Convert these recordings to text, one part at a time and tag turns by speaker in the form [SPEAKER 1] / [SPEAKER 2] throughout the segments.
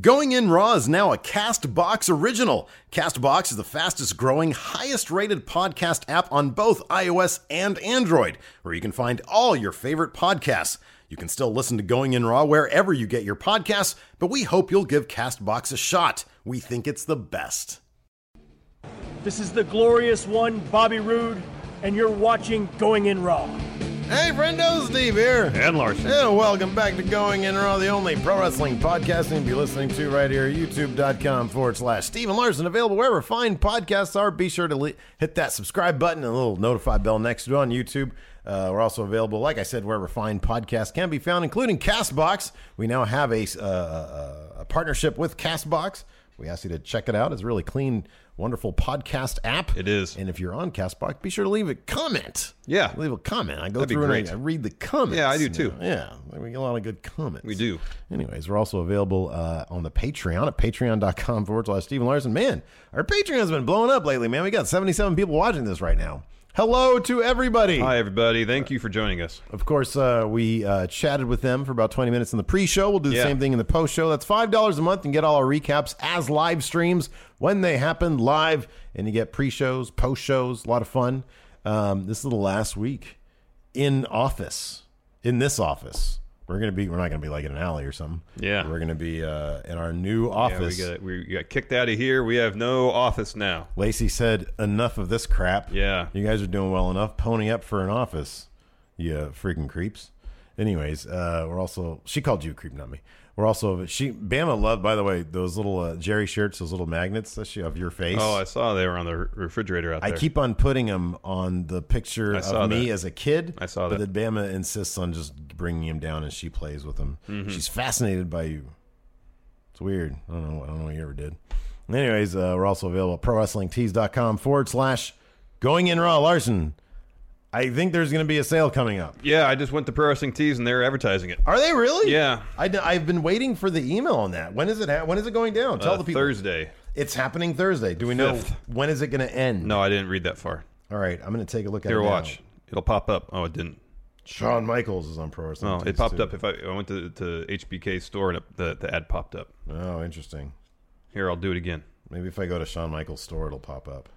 [SPEAKER 1] Going In Raw is now a Castbox original. Castbox is the fastest growing, highest rated podcast app on both iOS and Android, where you can find all your favorite podcasts. You can still listen to Going In Raw wherever you get your podcasts, but we hope you'll give Castbox a shot. We think it's the best.
[SPEAKER 2] This is the glorious one, Bobby Roode, and you're watching Going In Raw.
[SPEAKER 1] Hey, friendo, Steve here.
[SPEAKER 3] And Larson.
[SPEAKER 1] And welcome back to Going In Raw, the only pro wrestling podcast you can be listening to right here at youtube.com forward slash Steven Larson. Available wherever fine podcasts are. Be sure to le- hit that subscribe button and a little notify bell next to it on YouTube. Uh, we're also available, like I said, wherever fine podcasts can be found, including Castbox. We now have a, uh, a partnership with Castbox. We ask you to check it out. It's a really clean, wonderful podcast app.
[SPEAKER 3] It is.
[SPEAKER 1] And if you're on Castbox, be sure to leave a comment.
[SPEAKER 3] Yeah.
[SPEAKER 1] Leave a comment. I go
[SPEAKER 3] That'd be
[SPEAKER 1] through and
[SPEAKER 3] great.
[SPEAKER 1] I, I read the comments.
[SPEAKER 3] Yeah, I do too.
[SPEAKER 1] Yeah, we get a lot of good comments.
[SPEAKER 3] We do.
[SPEAKER 1] Anyways, we're also available uh, on the Patreon at patreon.com forward slash Stephen Larson. Man, our Patreon's been blowing up lately, man. We got 77 people watching this right now. Hello to everybody.
[SPEAKER 3] Hi, everybody. Thank you for joining us.
[SPEAKER 1] Of course, uh, we uh, chatted with them for about 20 minutes in the pre show. We'll do the
[SPEAKER 3] Yeah.
[SPEAKER 1] same thing in the post show. That's $5 a month and get all our recaps as live streams when they happen live. And you get pre shows, post shows, a lot of fun. Um, this is the last week in office, in this office. We're gonna be. We're not gonna be like in an alley or something.
[SPEAKER 3] Yeah.
[SPEAKER 1] we're gonna be uh, in our new
[SPEAKER 3] Yeah, we
[SPEAKER 1] office.
[SPEAKER 3] got, we got kicked out of here. We have no office now.
[SPEAKER 1] Lacey said, "Enough of this crap.
[SPEAKER 3] Yeah.
[SPEAKER 1] you guys are doing well enough. Pony up for an office, you freaking creeps." Anyways, uh, we're also she called you a creep, not me. We're also she Bama loved by the way those little uh, Jerry shirts, those little magnets that she of your face.
[SPEAKER 3] Oh, I saw they were on the re- refrigerator out
[SPEAKER 1] I
[SPEAKER 3] there.
[SPEAKER 1] keep on putting them on the picture
[SPEAKER 3] I saw
[SPEAKER 1] of me
[SPEAKER 3] that.
[SPEAKER 1] as a kid.
[SPEAKER 3] I saw
[SPEAKER 1] but
[SPEAKER 3] that.
[SPEAKER 1] then Bama insists on just bringing him down, and she plays with him.
[SPEAKER 3] Mm-hmm.
[SPEAKER 1] She's fascinated by you. It's weird. I don't know. I don't know what you ever did. Anyways, uh, we're also available at prowrestlingtees.com forward slash going in raw Larson. I think there's going to be a sale coming up.
[SPEAKER 3] Yeah, I just went to Pro Wrestling Tees and they're advertising it.
[SPEAKER 1] Are they really?
[SPEAKER 3] Yeah.
[SPEAKER 1] I, have been waiting for the email on that. When is it? Ha- when is it going down? Tell
[SPEAKER 3] Uh,
[SPEAKER 1] the people.
[SPEAKER 3] Thursday.
[SPEAKER 1] It's happening Thursday. Do we know
[SPEAKER 3] Fifth.
[SPEAKER 1] when is it going to end?
[SPEAKER 3] No, I didn't read that far.
[SPEAKER 1] All right, I'm going to take a look at
[SPEAKER 3] Here,
[SPEAKER 1] it. now.
[SPEAKER 3] watch. It'll pop up. Oh, it didn't.
[SPEAKER 1] Shawn Michaels is on Pro Wrestling.
[SPEAKER 3] No, Oh, it
[SPEAKER 1] Tees,
[SPEAKER 3] popped
[SPEAKER 1] too.
[SPEAKER 3] up. If I, I went to to HBK store and it, the the ad popped up.
[SPEAKER 1] Oh, interesting.
[SPEAKER 3] Here, I'll do it again.
[SPEAKER 1] Maybe if I go to Shawn Michaels' store, it'll pop up.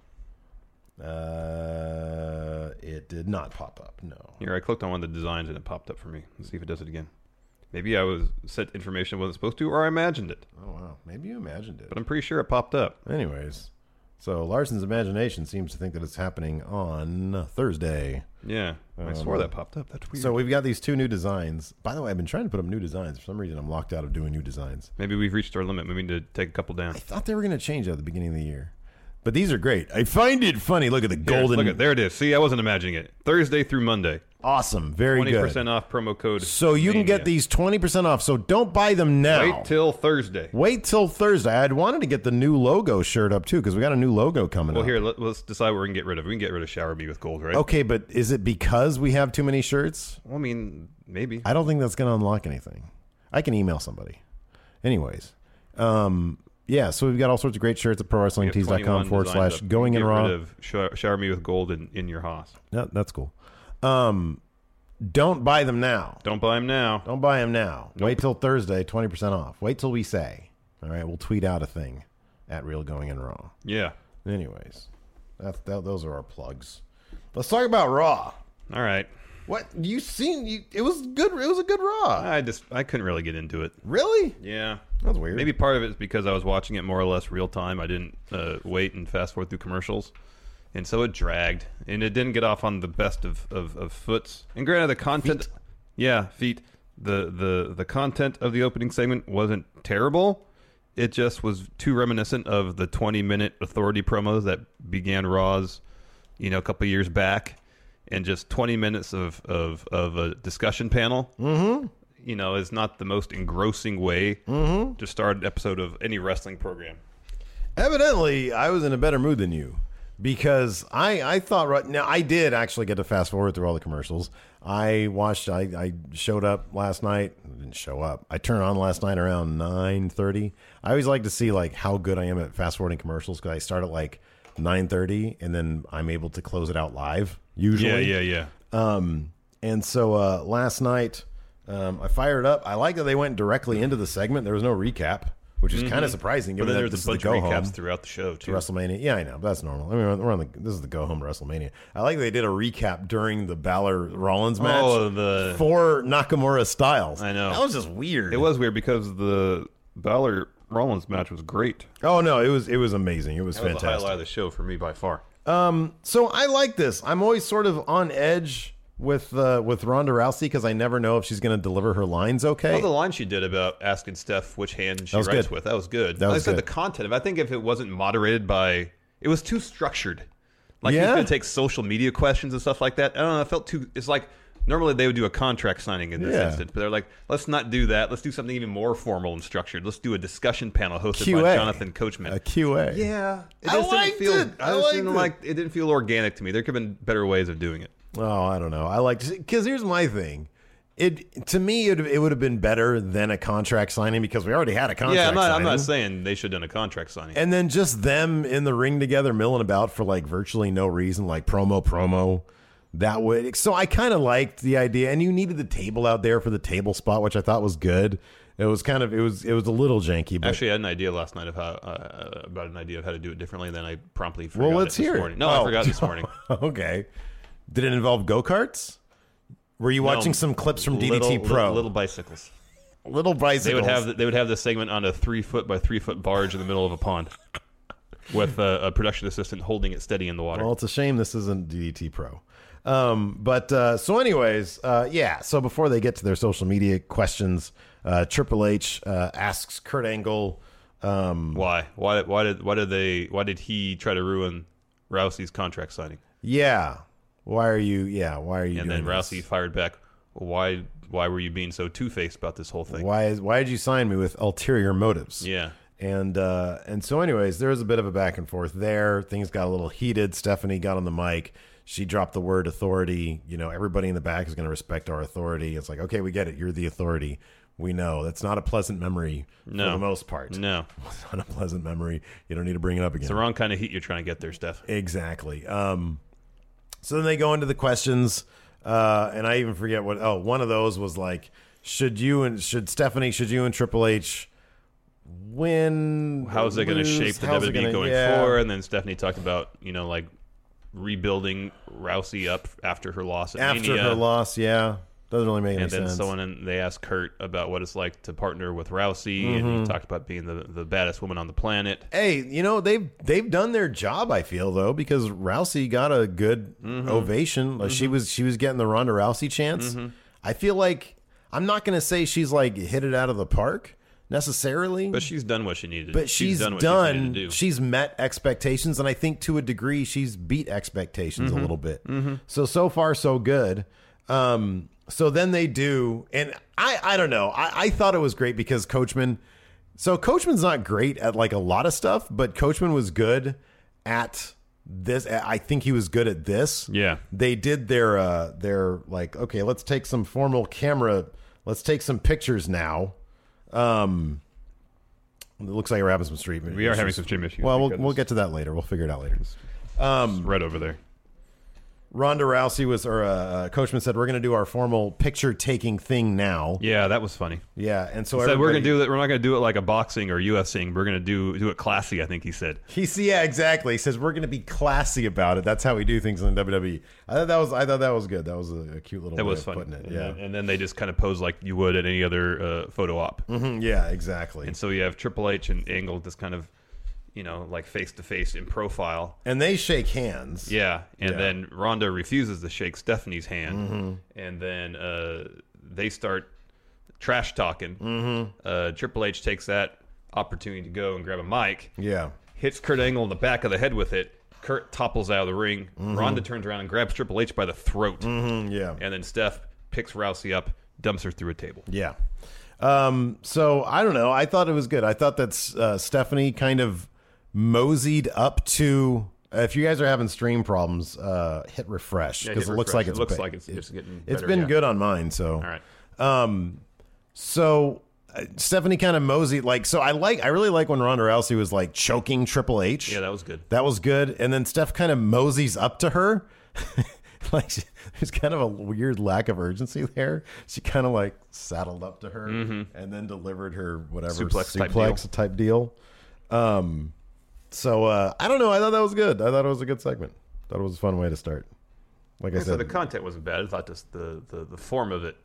[SPEAKER 1] Uh, it did not pop up. No.
[SPEAKER 3] Here, I clicked on one of the designs and it popped up for me. Let's see if it does it again. Maybe I was set information I wasn't supposed to, or I imagined it.
[SPEAKER 1] Oh wow. Maybe you imagined it.
[SPEAKER 3] But I'm pretty sure it popped up.
[SPEAKER 1] Anyways, so Larson's imagination seems to think that it's happening on Thursday.
[SPEAKER 3] Yeah, I swore that popped up. That's weird.
[SPEAKER 1] So we've got these two new designs. By the way, I've been trying to put up new designs. For some reason, I'm locked out of doing new designs.
[SPEAKER 3] Maybe we've reached our limit. We need to take a couple down.
[SPEAKER 1] I thought they were going to change at the beginning of the year, but these are great. I find it funny. Look at the
[SPEAKER 3] There,
[SPEAKER 1] golden.
[SPEAKER 3] Look at there it is. See, I wasn't imagining it. Thursday through Monday,
[SPEAKER 1] Awesome. Very
[SPEAKER 3] twenty
[SPEAKER 1] good.
[SPEAKER 3] percent off promo code.
[SPEAKER 1] So you can
[SPEAKER 3] Mania.
[SPEAKER 1] get these 20% off. So don't buy them now.
[SPEAKER 3] Wait till Thursday.
[SPEAKER 1] Wait till Thursday. I'd wanted to get the new logo shirt up too because we got a new logo coming
[SPEAKER 3] Well,
[SPEAKER 1] up.
[SPEAKER 3] here let, us decide what we can get rid of. We can get rid of Shower Me with Gold, right?
[SPEAKER 1] Okay, but is it because we have too many shirts?
[SPEAKER 3] Well, I mean, maybe.
[SPEAKER 1] I don't think that's going to unlock anything. I can email somebody. Anyways, um, yeah, so we've got all sorts of great shirts at
[SPEAKER 3] We have 21
[SPEAKER 1] prowrestlingtees.com forward
[SPEAKER 3] designs
[SPEAKER 1] slash
[SPEAKER 3] up.
[SPEAKER 1] going
[SPEAKER 3] get
[SPEAKER 1] in raw.
[SPEAKER 3] Rid of shower, shower Me with Gold in, in your house.
[SPEAKER 1] No, that's cool. Um, don't buy them now.
[SPEAKER 3] Don't buy them now.
[SPEAKER 1] Don't buy them now. Wait till Thursday, 20% off. Wait till we say. All right, we'll tweet out a thing at Real Going In Raw.
[SPEAKER 3] Yeah.
[SPEAKER 1] Anyways, that's, that, those are our plugs. Let's talk about Raw.
[SPEAKER 3] All right.
[SPEAKER 1] What you seen? You, it was good. It was a good Raw.
[SPEAKER 3] I just I couldn't really get into it.
[SPEAKER 1] Really?
[SPEAKER 3] Yeah.
[SPEAKER 1] That's weird.
[SPEAKER 3] Maybe part of it is because I was watching it more or less real time. I didn't uh, wait and fast forward through commercials. And so it dragged. And it didn't get off on the best of, of, of foots. And granted, the content. Yeah, feet. The, the, the content of the opening segment wasn't terrible. It just was too reminiscent of the 20 minute authority promos that began Raw's, you know, a couple years back. And just 20 minutes of, of, of a discussion panel you know, is not the most engrossing way to start an episode of any wrestling program.
[SPEAKER 1] Evidently, I was in a better mood than you because I, I thought right now I did actually get to fast forward through all the commercials. I watched. I, I showed up last night. I didn't show up. I turned on last night around nine thirty. I always like to see like how good I am at fast forwarding commercials because I start at like nine thirty and then I'm able to close it out live usually.
[SPEAKER 3] Yeah, yeah, yeah.
[SPEAKER 1] Um, and so uh, last night, um, I fired up. I like that they went directly into the segment. There was no recap, which is kind of surprising.
[SPEAKER 3] Mm-hmm. But
[SPEAKER 1] Given
[SPEAKER 3] then
[SPEAKER 1] that
[SPEAKER 3] there's
[SPEAKER 1] this
[SPEAKER 3] a
[SPEAKER 1] is
[SPEAKER 3] bunch
[SPEAKER 1] the
[SPEAKER 3] of
[SPEAKER 1] go-home
[SPEAKER 3] recaps throughout the show
[SPEAKER 1] to
[SPEAKER 3] too.
[SPEAKER 1] WrestleMania. Yeah, I know, but that's normal. I mean, we're on the this is the go home to WrestleMania. I like they did a recap during the Balor Rollins match
[SPEAKER 3] Oh, the-
[SPEAKER 1] for Nakamura Styles.
[SPEAKER 3] I know.
[SPEAKER 1] that was just weird.
[SPEAKER 3] It was weird because the Balor Rollins match was great.
[SPEAKER 1] Oh no, it was it was amazing. It was
[SPEAKER 3] That was the
[SPEAKER 1] fantastic. Um,
[SPEAKER 3] highlight of the show for me by far.
[SPEAKER 1] so I like this. I'm always sort of on edge with uh, with Ronda Rousey because I never know if she's going to deliver her lines okay.
[SPEAKER 3] Well, the line she did about asking Steph which hand she
[SPEAKER 1] was
[SPEAKER 3] writes
[SPEAKER 1] good.
[SPEAKER 3] with, that was good.
[SPEAKER 1] That
[SPEAKER 3] Like
[SPEAKER 1] was
[SPEAKER 3] I said
[SPEAKER 1] good.
[SPEAKER 3] the content of I think if it wasn't moderated by it was too structured. Like
[SPEAKER 1] Yeah.
[SPEAKER 3] he's gonna take social media questions and stuff like that. I don't know, I felt too it's like normally they would do a contract signing in this
[SPEAKER 1] Yeah.
[SPEAKER 3] instance, but they're like, let's not do that. Let's do something even more formal and structured. Let's do a discussion panel hosted by
[SPEAKER 1] QA.
[SPEAKER 3] Jonathan Coachman.
[SPEAKER 1] A QA.
[SPEAKER 3] yeah. It
[SPEAKER 1] I
[SPEAKER 3] just
[SPEAKER 1] liked
[SPEAKER 3] didn't feel
[SPEAKER 1] it. I
[SPEAKER 3] just
[SPEAKER 1] liked
[SPEAKER 3] didn't
[SPEAKER 1] it.
[SPEAKER 3] like it didn't feel organic to me. There could have been better ways of doing it.
[SPEAKER 1] Oh, I don't know. I like because here's my thing. It to me it, it would have been better than a contract signing because we already had a contract.
[SPEAKER 3] Yeah, I'm not I'm
[SPEAKER 1] signing.
[SPEAKER 3] not saying they should have done a contract signing.
[SPEAKER 1] And then just them in the ring together, milling about for like virtually no reason, like promo, promo. That would so I kind of liked the idea, and you needed the table out there for the table spot, which I thought was good. It was kind of it was it was a little janky, but
[SPEAKER 3] Actually, I had an idea last night of how uh, about an idea of how to do it differently, and then I promptly forgot
[SPEAKER 1] well, let's
[SPEAKER 3] it this
[SPEAKER 1] hear
[SPEAKER 3] morning.
[SPEAKER 1] it.
[SPEAKER 3] No,
[SPEAKER 1] Oh.
[SPEAKER 3] I forgot this morning.
[SPEAKER 1] okay, did it involve go karts? Were you watching some clips from DDT
[SPEAKER 3] Little-
[SPEAKER 1] Pro?
[SPEAKER 3] Little, little bicycles.
[SPEAKER 1] little bicycles.
[SPEAKER 3] They would have they would have this segment on a three foot by three foot barge in the middle of a pond, with uh, a production assistant holding it steady in the water.
[SPEAKER 1] Well, it's a shame this isn't DDT Pro. Um, but uh, so, anyways, uh, yeah. So before they get to their social media questions, uh, Triple H uh, asks Kurt Angle. Um,
[SPEAKER 3] why? Why? Why did? Why did they? Why did he try to ruin Rousey's contract signing?
[SPEAKER 1] yeah, why are you? Yeah, why are you?
[SPEAKER 3] And
[SPEAKER 1] doing
[SPEAKER 3] then
[SPEAKER 1] this?
[SPEAKER 3] Rousey fired back. Why? Why were you being so two faced about this whole thing?
[SPEAKER 1] Why? Why did you sign me with ulterior motives?
[SPEAKER 3] Yeah.
[SPEAKER 1] And uh, and so, anyways, there was a bit of a back and forth there. Things got a little heated. Stephanie got on the mic. She dropped the word authority. You know, everybody in the back is going to respect our authority. It's like, okay, we get it. You're the authority. We know that's not a pleasant memory for
[SPEAKER 3] No.
[SPEAKER 1] the most part.
[SPEAKER 3] No,
[SPEAKER 1] it's not a pleasant memory. You don't need to bring it up again.
[SPEAKER 3] it's the wrong kind of heat you're trying to get there, Steph.
[SPEAKER 1] Exactly. Um, so then they go into the questions, uh, and I even forget what. Oh, one of those was like, should you and should Stephanie, should you and Triple H win?
[SPEAKER 3] How is it going to
[SPEAKER 1] lose?
[SPEAKER 3] shape the
[SPEAKER 1] How's it
[SPEAKER 3] WWE
[SPEAKER 1] gonna-
[SPEAKER 3] going
[SPEAKER 1] yeah.
[SPEAKER 3] forward? And then Stephanie talked about you know like rebuilding Rousey up after her loss at
[SPEAKER 1] After
[SPEAKER 3] Mania,
[SPEAKER 1] her loss, yeah, doesn't really make any
[SPEAKER 3] uh, and then
[SPEAKER 1] sense.
[SPEAKER 3] someone and they asked Kurt about what it's like to partner with Rousey,
[SPEAKER 1] Mm-hmm.
[SPEAKER 3] and he talked about being the the baddest woman on the planet.
[SPEAKER 1] hey, you know they've they've done their job. I feel though because Rousey got a good ovation. Like she was she was getting the Ronda Rousey chance. I feel like I'm not going to say she's like hit it out of the park necessarily,
[SPEAKER 3] But she's done what she needed.
[SPEAKER 1] but she's,
[SPEAKER 3] done. What She needed to do.
[SPEAKER 1] she's, met expectations, and I think to a degree she's beat expectations
[SPEAKER 3] Mm-hmm.
[SPEAKER 1] a little bit. So so far so good. Um, so then they do, and I I don't know. I, I thought it was great because Coachman. So Coachman's not great at like a lot of stuff, but Coachman was good at this. I think he was good at this
[SPEAKER 3] Yeah.
[SPEAKER 1] they did their uh their like okay let's take some formal camera let's take some pictures now um it looks like we're having some stream
[SPEAKER 3] We are having some stream issues
[SPEAKER 1] well we'll,
[SPEAKER 3] because-
[SPEAKER 1] we'll get to that later we'll figure it out later
[SPEAKER 3] right over there.
[SPEAKER 1] ronda rousey was or uh, uh coachman said we're gonna do our formal picture taking thing now yeah,
[SPEAKER 3] Yeah, that was funny.
[SPEAKER 1] and so
[SPEAKER 3] He said we're gonna
[SPEAKER 1] everybody-
[SPEAKER 3] do that. We're not gonna do it like a boxing or UFCing. We're gonna do do it classy. I think he said.
[SPEAKER 1] He see, yeah, exactly. He says we're going to be classy about it. That's how we do things in WWE. E. I thought that was, I thought that was good. That was a, a cute little
[SPEAKER 3] That
[SPEAKER 1] way
[SPEAKER 3] was
[SPEAKER 1] of
[SPEAKER 3] funny.
[SPEAKER 1] putting it.
[SPEAKER 3] And
[SPEAKER 1] Yeah,
[SPEAKER 3] then- and then they just kind of pose like you would at any other uh, photo op.
[SPEAKER 1] Mhm, yeah, exactly.
[SPEAKER 3] And so you have Triple H and Angle just kind of, you know, like face to face in profile.
[SPEAKER 1] And they shake hands.
[SPEAKER 3] Yeah. And
[SPEAKER 1] Yeah.
[SPEAKER 3] then Ronda refuses to shake Stephanie's hand. And then uh, they start trash talking. Mm-hmm. Uh, Triple H takes that opportunity to go and grab a mic,
[SPEAKER 1] Yeah.
[SPEAKER 3] hits Kurt Angle in the back of the head with it. Kurt topples out of the ring.
[SPEAKER 1] Mm-hmm.
[SPEAKER 3] Ronda turns around and grabs Triple H by the throat.
[SPEAKER 1] Mm, Yeah.
[SPEAKER 3] And then Steph picks Rousey up, dumps her through a table.
[SPEAKER 1] Yeah. Um, so I don't know. I thought it was good. I thought that uh, Stephanie kind of moseyed up to. If you guys are having stream problems, uh, hit refresh
[SPEAKER 3] Yeah,
[SPEAKER 1] because
[SPEAKER 3] hit
[SPEAKER 1] it looks
[SPEAKER 3] refresh.
[SPEAKER 1] like it's
[SPEAKER 3] It looks
[SPEAKER 1] ba-
[SPEAKER 3] like it's just getting
[SPEAKER 1] It's
[SPEAKER 3] better,
[SPEAKER 1] been
[SPEAKER 3] yeah.
[SPEAKER 1] good on mine. So
[SPEAKER 3] All right.
[SPEAKER 1] um, so uh, Stephanie kind of moseyed like so. I like I really like when Ronda Rousey was like choking Triple H.
[SPEAKER 3] Yeah, that was good.
[SPEAKER 1] That was good. And then Steph kind of moseys up to her. like she, there's kind of a weird lack of urgency there. She kind of like saddled up to her and then delivered her whatever
[SPEAKER 3] Mm-hmm. Suplex type
[SPEAKER 1] suplex type deal. Um, so uh, I don't know. I thought that was good. I thought it was a good segment. Thought it was a fun way to start. Like I
[SPEAKER 3] so the
[SPEAKER 1] said,
[SPEAKER 3] content wasn't bad. I thought just the, the, the form of it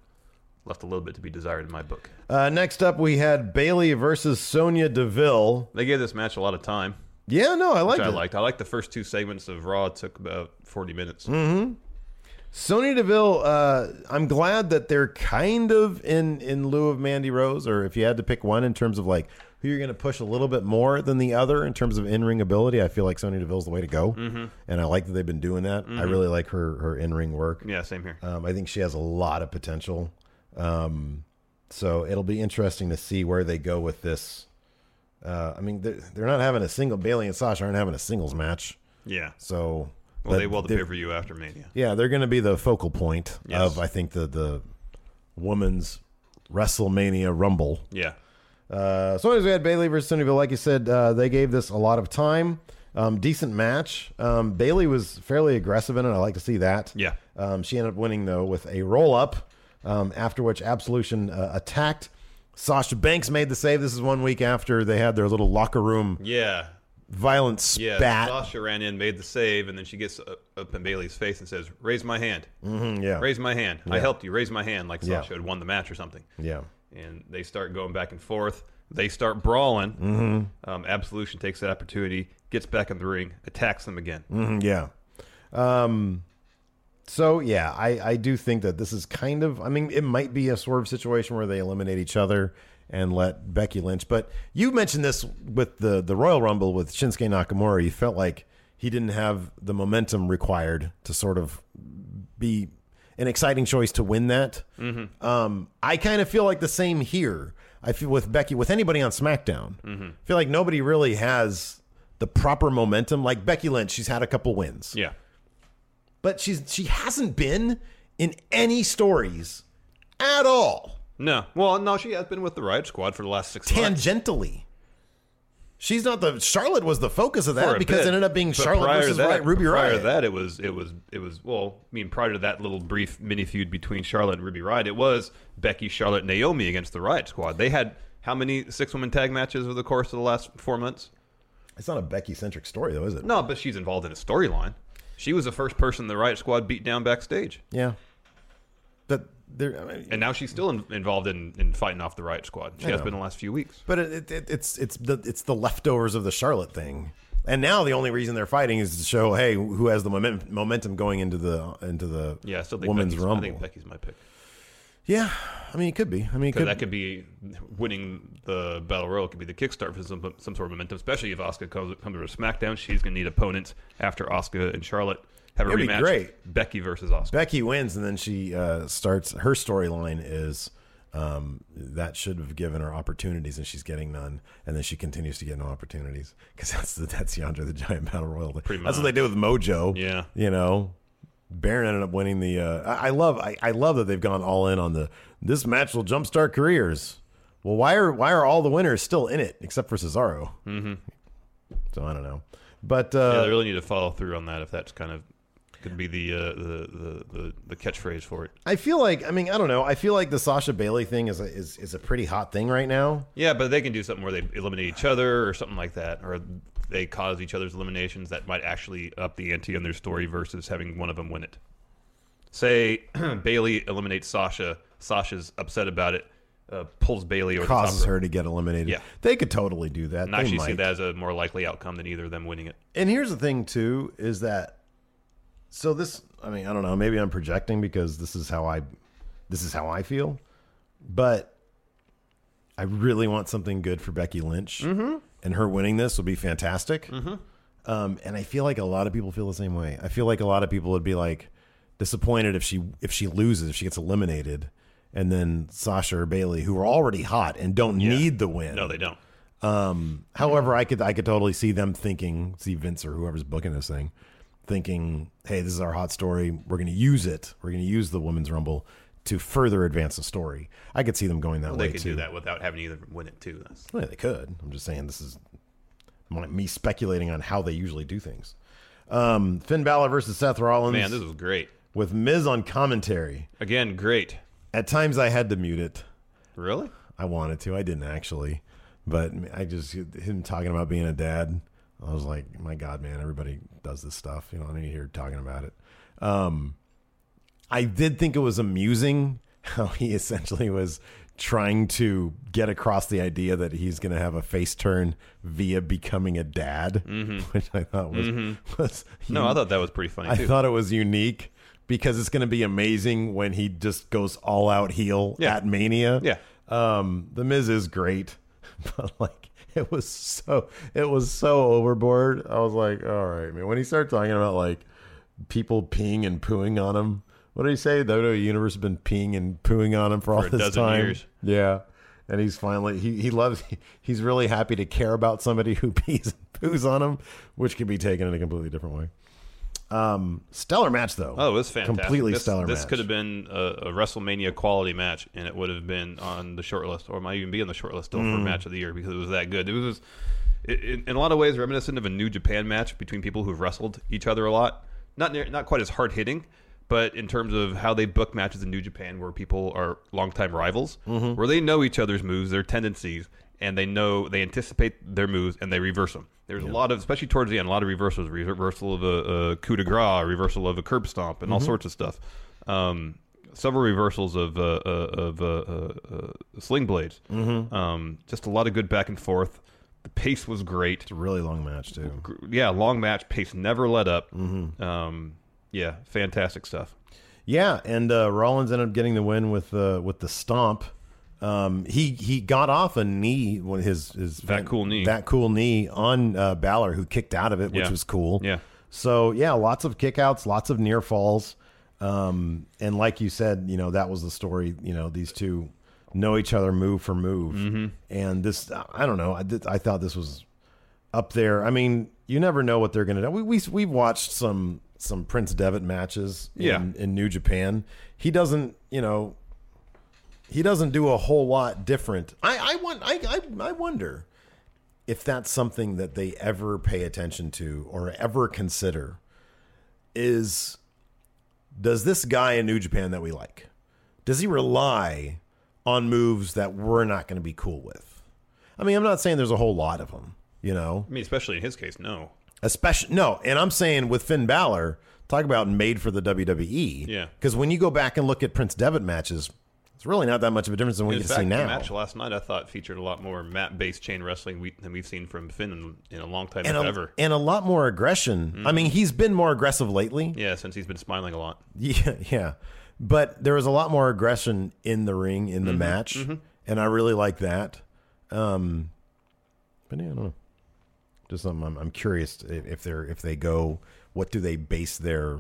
[SPEAKER 3] left a little bit to be desired in my book.
[SPEAKER 1] uh, next up we had Bailey versus Sonia Deville.
[SPEAKER 3] They gave this match a lot of time,
[SPEAKER 1] Yeah, no, I
[SPEAKER 3] which
[SPEAKER 1] liked
[SPEAKER 3] I
[SPEAKER 1] it.
[SPEAKER 3] liked. I liked the first two segments of Raw. It took about 40 minutes.
[SPEAKER 1] Mm-hmm. Sonya Deville, uh, I'm glad that they're kind of in in lieu of Mandy Rose, or if you had to pick one in terms of like who you're going to push a little bit more than the other in terms of in ring ability, I feel like Sonya Deville's the way to go,
[SPEAKER 3] Mm-hmm.
[SPEAKER 1] and I like that they've been doing that. I really like her her in ring work.
[SPEAKER 3] Yeah, same here.
[SPEAKER 1] Um, I think she has a lot of potential, um, so it'll be interesting to see where they go with this. Uh, I mean, they're, they're not having a single Bailey and Sasha aren't having a singles match,
[SPEAKER 3] Yeah.
[SPEAKER 1] so
[SPEAKER 3] Well,
[SPEAKER 1] but
[SPEAKER 3] they will the
[SPEAKER 1] they're-
[SPEAKER 3] pay per view after Mania.
[SPEAKER 1] yeah, they're going to be the focal point
[SPEAKER 3] Yes.
[SPEAKER 1] of I think the the women's WrestleMania Rumble.
[SPEAKER 3] Yeah.
[SPEAKER 1] Uh, so anyways, we had Bailey versus Sunnyville. Like you said, uh, they gave this a lot of time. Um, decent match. Um, Bailey was fairly aggressive in it. I like to see that.
[SPEAKER 3] Yeah.
[SPEAKER 1] Um, she ended up winning though with a roll up. Um, after which Absolution uh, attacked. Sasha Banks made the save. This is one week after they had their little locker room
[SPEAKER 3] Yeah.
[SPEAKER 1] violent
[SPEAKER 3] Yeah.
[SPEAKER 1] spat.
[SPEAKER 3] Sasha ran in, made the save, and then she gets up, up in Bailey's face and says, Raise my hand.
[SPEAKER 1] Mm, yeah.
[SPEAKER 3] Raise my hand. I helped you. Raise my hand. Like
[SPEAKER 1] Yeah.
[SPEAKER 3] Sasha had won the match or something.
[SPEAKER 1] yeah.
[SPEAKER 3] and they start going back and forth. They start brawling.
[SPEAKER 1] Mm-hmm.
[SPEAKER 3] Um, Absolution takes that opportunity, gets back in the ring, attacks them again.
[SPEAKER 1] Mm, Yeah. Um, so yeah, I, I do think that this is kind of I mean, it might be a swerve situation where they eliminate each other and let Becky Lynch. But you mentioned this with the the Royal Rumble with Shinsuke Nakamura. You felt like he didn't have the momentum required to sort of be an exciting choice to win that. Um, I kind of feel like the same here. I feel with Becky, with anybody on SmackDown, I feel like nobody really has the proper momentum. Like Becky Lynch, she's had a couple wins,
[SPEAKER 3] Yeah,
[SPEAKER 1] but she's she hasn't been in any stories at all.
[SPEAKER 3] no, well, no, she has been with the Riot Squad for the last six months.
[SPEAKER 1] Tangentially, she's not the Charlotte was the focus of
[SPEAKER 3] For
[SPEAKER 1] that
[SPEAKER 3] a
[SPEAKER 1] because
[SPEAKER 3] bit.
[SPEAKER 1] it ended up being
[SPEAKER 3] But
[SPEAKER 1] Charlotte
[SPEAKER 3] prior to
[SPEAKER 1] versus
[SPEAKER 3] that,
[SPEAKER 1] Riot, Ruby
[SPEAKER 3] prior to
[SPEAKER 1] Riot.
[SPEAKER 3] that, it was, it was, it was. Well, I mean, prior to that little brief mini feud between Charlotte and Ruby Riot, it was Becky, Charlotte, and Naomi against the Riot Squad. They had how many six women tag matches over the course of the last four months?
[SPEAKER 1] It's not a Becky centric story though, is it?
[SPEAKER 3] No, but she's involved in a storyline. She was the first person the Riot Squad beat down backstage.
[SPEAKER 1] Yeah, but there. I mean,
[SPEAKER 3] And now she's still in, involved in, in fighting off the riot squad. She
[SPEAKER 1] I
[SPEAKER 3] has
[SPEAKER 1] know.
[SPEAKER 3] been the last few weeks.
[SPEAKER 1] But it, it, it's it's the it's the leftovers of the Charlotte thing, and now the only reason they're fighting is to show hey who has the momen- momentum going into the into the
[SPEAKER 3] Yeah, I still think
[SPEAKER 1] women's
[SPEAKER 3] Becky's,
[SPEAKER 1] rumble.
[SPEAKER 3] I think Becky's my pick.
[SPEAKER 1] yeah, I mean it could be. I mean it
[SPEAKER 3] Because
[SPEAKER 1] could,
[SPEAKER 3] that could be winning the battle royal could be the kickstart for some some sort of momentum, especially if Oscar comes comes over to SmackDown. She's gonna need opponents after Oscar and Charlotte have a
[SPEAKER 1] It'd be
[SPEAKER 3] rematch.
[SPEAKER 1] great.
[SPEAKER 3] Becky versus Oscar.
[SPEAKER 1] Becky wins, and then she uh, starts her storyline is. Um, that should have given her opportunities, and she's getting none. And then she continues to get no opportunities because that's the that's the Andre the Giant Battle Royal. that's what they did with Mojo.
[SPEAKER 3] Yeah.
[SPEAKER 1] you know, Baron ended up winning the. Uh, I, I love. I, I love that they've gone all in on the. This match will jumpstart careers. Well, why are why are all the winners still in it except for Cesaro? Mm-hmm. So I don't know, but
[SPEAKER 3] yeah,
[SPEAKER 1] uh,
[SPEAKER 3] they really need to follow through on that if that's kind of could be the uh, the, the, the the catchphrase for it.
[SPEAKER 1] I feel like I mean I don't know. I feel like the Sasha Bailey thing is a, is is a pretty hot thing right now.
[SPEAKER 3] Yeah, but they can do something where they eliminate each other or something like that, or they cause each other's eliminations that might actually up the ante on their story versus having one of them win it. Say Bailey eliminates Sasha. Sasha's upset about it. Uh, pulls Bailey over
[SPEAKER 1] Causes
[SPEAKER 3] the top rope.
[SPEAKER 1] her Oh to get eliminated.
[SPEAKER 3] Yeah.
[SPEAKER 1] they could totally do that.
[SPEAKER 3] And
[SPEAKER 1] They
[SPEAKER 3] I actually see
[SPEAKER 1] might.
[SPEAKER 3] that as a more likely outcome than either of them winning it.
[SPEAKER 1] And here's the thing too is that so this I mean I don't know maybe I'm projecting because this is how I this is how I feel, but I really want something good for Becky Lynch,
[SPEAKER 3] Mm-hmm.
[SPEAKER 1] and her winning this would be fantastic. Um, and I feel like a lot of people feel the same way. I feel like a lot of people would be like disappointed if she if she loses if she gets eliminated, and then Sasha or Bailey, who are already hot and don't need the win.
[SPEAKER 3] No, they don't.
[SPEAKER 1] Um, however, I could I could totally see them thinking, see Vince or whoever's booking this thing, thinking, "Hey, this is our hot story. We're going to use it. We're going to use the women's rumble to further advance the story." I could see them going that
[SPEAKER 3] Well,
[SPEAKER 1] way
[SPEAKER 3] they could
[SPEAKER 1] too.
[SPEAKER 3] do that without having to either win it too. That's-
[SPEAKER 1] Well, they could. I'm just saying this is my, me speculating on how they usually do things. Um, Finn Balor versus Seth Rollins
[SPEAKER 3] Man, this was great.
[SPEAKER 1] with Miz on commentary.
[SPEAKER 3] Again, great.
[SPEAKER 1] At times, I had to mute it.
[SPEAKER 3] Really?
[SPEAKER 1] I wanted to. I didn't actually, but I just him talking about being a dad. I was like, my God, man, everybody does this stuff. You know, I need to hear talking about it. Um, I did think it was amusing how he essentially was trying to get across the idea that he's going to have a face turn via becoming a dad, which I thought was was
[SPEAKER 3] Mm-hmm. No, I thought that was pretty funny
[SPEAKER 1] I
[SPEAKER 3] too.
[SPEAKER 1] thought it was unique because it's going to be amazing when he just goes all out heel
[SPEAKER 3] Yeah.
[SPEAKER 1] at Mania.
[SPEAKER 3] Yeah.
[SPEAKER 1] Um, the Miz is great, but like it was so it was so overboard. I was like, all right, man. When he started talking about like people peeing and pooing on him, what did he say? The WWE universe has been peeing and pooing on him for, all
[SPEAKER 3] a
[SPEAKER 1] this
[SPEAKER 3] dozen
[SPEAKER 1] time.
[SPEAKER 3] years.
[SPEAKER 1] Yeah. And he's finally he, he loves he's really happy to care about somebody who pees and poos on him, which could be taken in a completely different way. Um, stellar match though.
[SPEAKER 3] Oh, it was fantastic.
[SPEAKER 1] Completely
[SPEAKER 3] this,
[SPEAKER 1] stellar.
[SPEAKER 3] This
[SPEAKER 1] match.
[SPEAKER 3] could have been a, a WrestleMania quality match, and it would have been on the short list, or might even be on the short list still
[SPEAKER 1] Mm.
[SPEAKER 3] for match of the year because it was that good. It was, it, in, in a lot of ways, reminiscent of a New Japan match between people who've wrestled each other a lot. Not near, not quite as hard hitting, but in terms of how they book matches in New Japan, where people are longtime rivals,
[SPEAKER 1] Mm-hmm.
[SPEAKER 3] where they know each other's moves, their tendencies, and they know they anticipate their moves and they reverse them. There's a lot of, especially towards the end, a lot of reversals, reversal of a, a coup de grace, reversal of a curb stomp, and all sorts of stuff. Um, several reversals of uh, uh, of uh, uh, uh, sling blades. Um, just a lot of good back and forth. The pace was great.
[SPEAKER 1] really long match too.
[SPEAKER 3] Gr- Yeah, long match. Pace never let up. Um, yeah, fantastic stuff.
[SPEAKER 1] Yeah, and uh, Rollins ended up getting the win with the with the stomp. Um, he he got off a knee when his his
[SPEAKER 3] That cool knee.
[SPEAKER 1] that cool knee on uh, Balor who kicked out of it, which
[SPEAKER 3] Yeah.
[SPEAKER 1] was cool.
[SPEAKER 3] Yeah.
[SPEAKER 1] So yeah, lots of kickouts, lots of near falls, um, and like you said, you know that was the story. You know these two know each other move for move,
[SPEAKER 3] Mm-hmm.
[SPEAKER 1] and this I don't know. I did, I thought this was up there. I mean, you never know what they're going to do. We we we've watched some some Prince Devitt matches in,
[SPEAKER 3] Yeah.
[SPEAKER 1] in New Japan. He doesn't, you know, he doesn't do a whole lot different. I I want I I, I wonder if that's something that they ever pay attention to or ever consider is does this guy in New Japan that we like does he rely on moves that we're not going to be cool with? I mean, I'm not saying there's a whole lot of them, you know.
[SPEAKER 3] I mean, especially in his case, no.
[SPEAKER 1] Especially no, and I'm saying with Finn Balor, talk about made for the WWE.
[SPEAKER 3] Yeah.
[SPEAKER 1] Because when you go back and look at Prince Devitt matches, it's really not that much of a difference than what
[SPEAKER 3] In
[SPEAKER 1] you
[SPEAKER 3] fact,
[SPEAKER 1] see now.
[SPEAKER 3] the match last night I thought featured a lot more mat-based chain wrestling we, than we've seen from Finn in, in a long time,
[SPEAKER 1] and
[SPEAKER 3] if
[SPEAKER 1] a,
[SPEAKER 3] ever. Mm-hmm.
[SPEAKER 1] and a lot more aggression. I mean, he's been more aggressive lately.
[SPEAKER 3] yeah, since he's been smiling a lot.
[SPEAKER 1] Yeah, yeah. But there was a lot more aggression in the ring in
[SPEAKER 3] Mm-hmm.
[SPEAKER 1] the match, and I really like that. Um, but yeah, I don't know. Just something I'm, I'm curious if, if they're if they go, what do they base their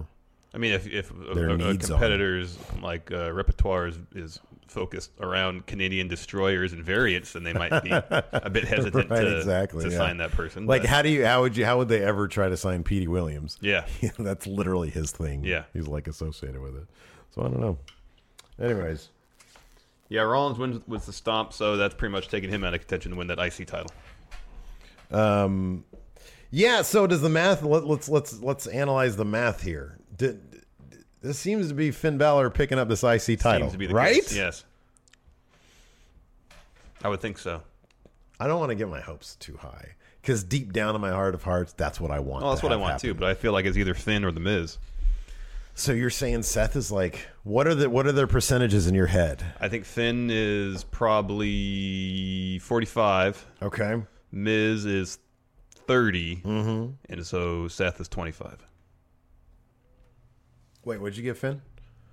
[SPEAKER 3] I mean, if if a,
[SPEAKER 1] Their
[SPEAKER 3] a- a
[SPEAKER 1] needs on.
[SPEAKER 3] competitor's like uh, repertoire is, is focused around Canadian destroyers and variants, then they might be a bit hesitant
[SPEAKER 1] right
[SPEAKER 3] to,
[SPEAKER 1] exactly
[SPEAKER 3] to
[SPEAKER 1] yeah.
[SPEAKER 3] sign that person.
[SPEAKER 1] Like,
[SPEAKER 3] but-
[SPEAKER 1] how do you how would you how would they ever try to sign Petey Williams?
[SPEAKER 3] yeah,
[SPEAKER 1] that's literally his thing.
[SPEAKER 3] Yeah.
[SPEAKER 1] he's like associated with it. So I don't know. Anyways,
[SPEAKER 3] yeah. Rollins wins with the stomp, so that's pretty much taking him out of contention to win that IC title.
[SPEAKER 1] Um, yeah. So does the math? Let, let's let's let's analyze the math here. Did, this seems to be Finn Balor picking up this IC title,
[SPEAKER 3] Seems to be the
[SPEAKER 1] right?
[SPEAKER 3] case. Yes, I would think so.
[SPEAKER 1] I don't want to get my hopes too high because deep down in my heart of hearts, that's what I want.
[SPEAKER 3] Well, that's
[SPEAKER 1] to
[SPEAKER 3] what I
[SPEAKER 1] have
[SPEAKER 3] want too,
[SPEAKER 1] happen.
[SPEAKER 3] but I feel like it's either Finn or the Miz.
[SPEAKER 1] so you're saying Seth is like, what are the what are their percentages in your head?
[SPEAKER 3] I think Finn is probably forty-five.
[SPEAKER 1] Okay.
[SPEAKER 3] Miz is 30 and so Seth is twenty-five.
[SPEAKER 1] Wait, what'd you get, Finn?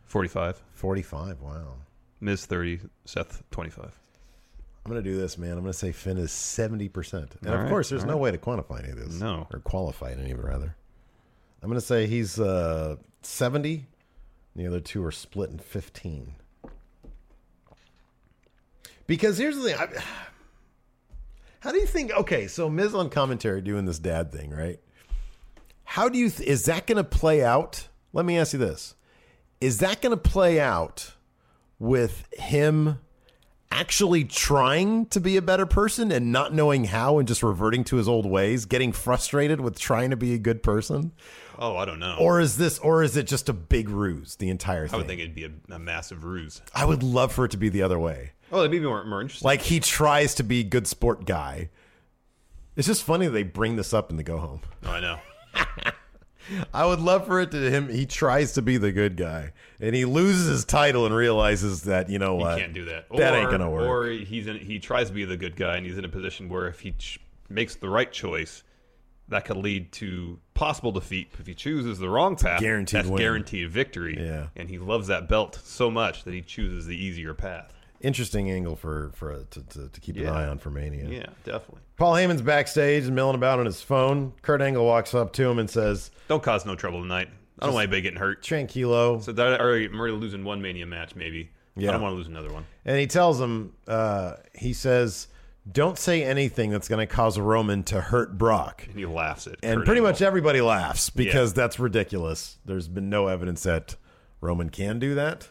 [SPEAKER 3] 45.
[SPEAKER 1] Forty-five. Wow.
[SPEAKER 3] Miz 30, Seth 25.
[SPEAKER 1] I'm gonna do this, man. I'm gonna say Finn is seventy percent, and of
[SPEAKER 3] right,
[SPEAKER 1] course, there's
[SPEAKER 3] all
[SPEAKER 1] no way to quantify any of this,
[SPEAKER 3] No.
[SPEAKER 1] or qualify it any of it rather. I'm gonna say he's uh, seventy. and The other two are split in fifteen. Because here's the thing. I, how do you think? Okay, so Miz on commentary doing this dad thing, right? How do you th- is that going to play out? Let me ask you this: Is that going to play out with him actually trying to be a better person and not knowing how, and just reverting to his old ways, getting frustrated with trying to be a good person,
[SPEAKER 3] Oh, I don't know.
[SPEAKER 1] or is this, or is it just a big ruse? The entire thing.
[SPEAKER 3] I would think it'd be a, a massive ruse.
[SPEAKER 1] I would love for it to be the other way.
[SPEAKER 3] Oh, that'd be more, more interesting.
[SPEAKER 1] Like he tries to be good sport guy. It's just funny that they bring this up in the go home.
[SPEAKER 3] oh, I know.
[SPEAKER 1] I would love for it to him. He tries to be the good guy, and he loses his title and realizes that you know
[SPEAKER 3] He
[SPEAKER 1] what
[SPEAKER 3] can't do that.
[SPEAKER 1] That
[SPEAKER 3] or,
[SPEAKER 1] ain't gonna work.
[SPEAKER 3] Or he's in, he tries to be the good guy, and he's in a position where if he ch- makes the right choice, that could lead to possible defeat. If he chooses the wrong path,
[SPEAKER 1] guaranteed
[SPEAKER 3] that's
[SPEAKER 1] win.
[SPEAKER 3] guaranteed victory.
[SPEAKER 1] Yeah.
[SPEAKER 3] and he loves that belt so much that he chooses the easier path.
[SPEAKER 1] Interesting angle for for to, to, to keep an
[SPEAKER 3] Yeah.
[SPEAKER 1] eye on for Mania.
[SPEAKER 3] Yeah, definitely.
[SPEAKER 1] Paul Heyman's backstage and milling about on his phone. Kurt Angle walks up to him and says,
[SPEAKER 3] Don't cause no trouble tonight. I don't want anybody getting hurt.
[SPEAKER 1] "Tranquilo,"
[SPEAKER 3] So that already, I'm already losing one mania match, maybe.
[SPEAKER 1] Yeah.
[SPEAKER 3] I don't want to lose another one.
[SPEAKER 1] and he tells him, uh, he says, "Don't say anything that's going to cause Roman to hurt Brock."
[SPEAKER 3] And he laughs at.
[SPEAKER 1] and
[SPEAKER 3] Kurt
[SPEAKER 1] pretty
[SPEAKER 3] Angle.
[SPEAKER 1] much everybody laughs because that's ridiculous. There's been no evidence that Roman can do that.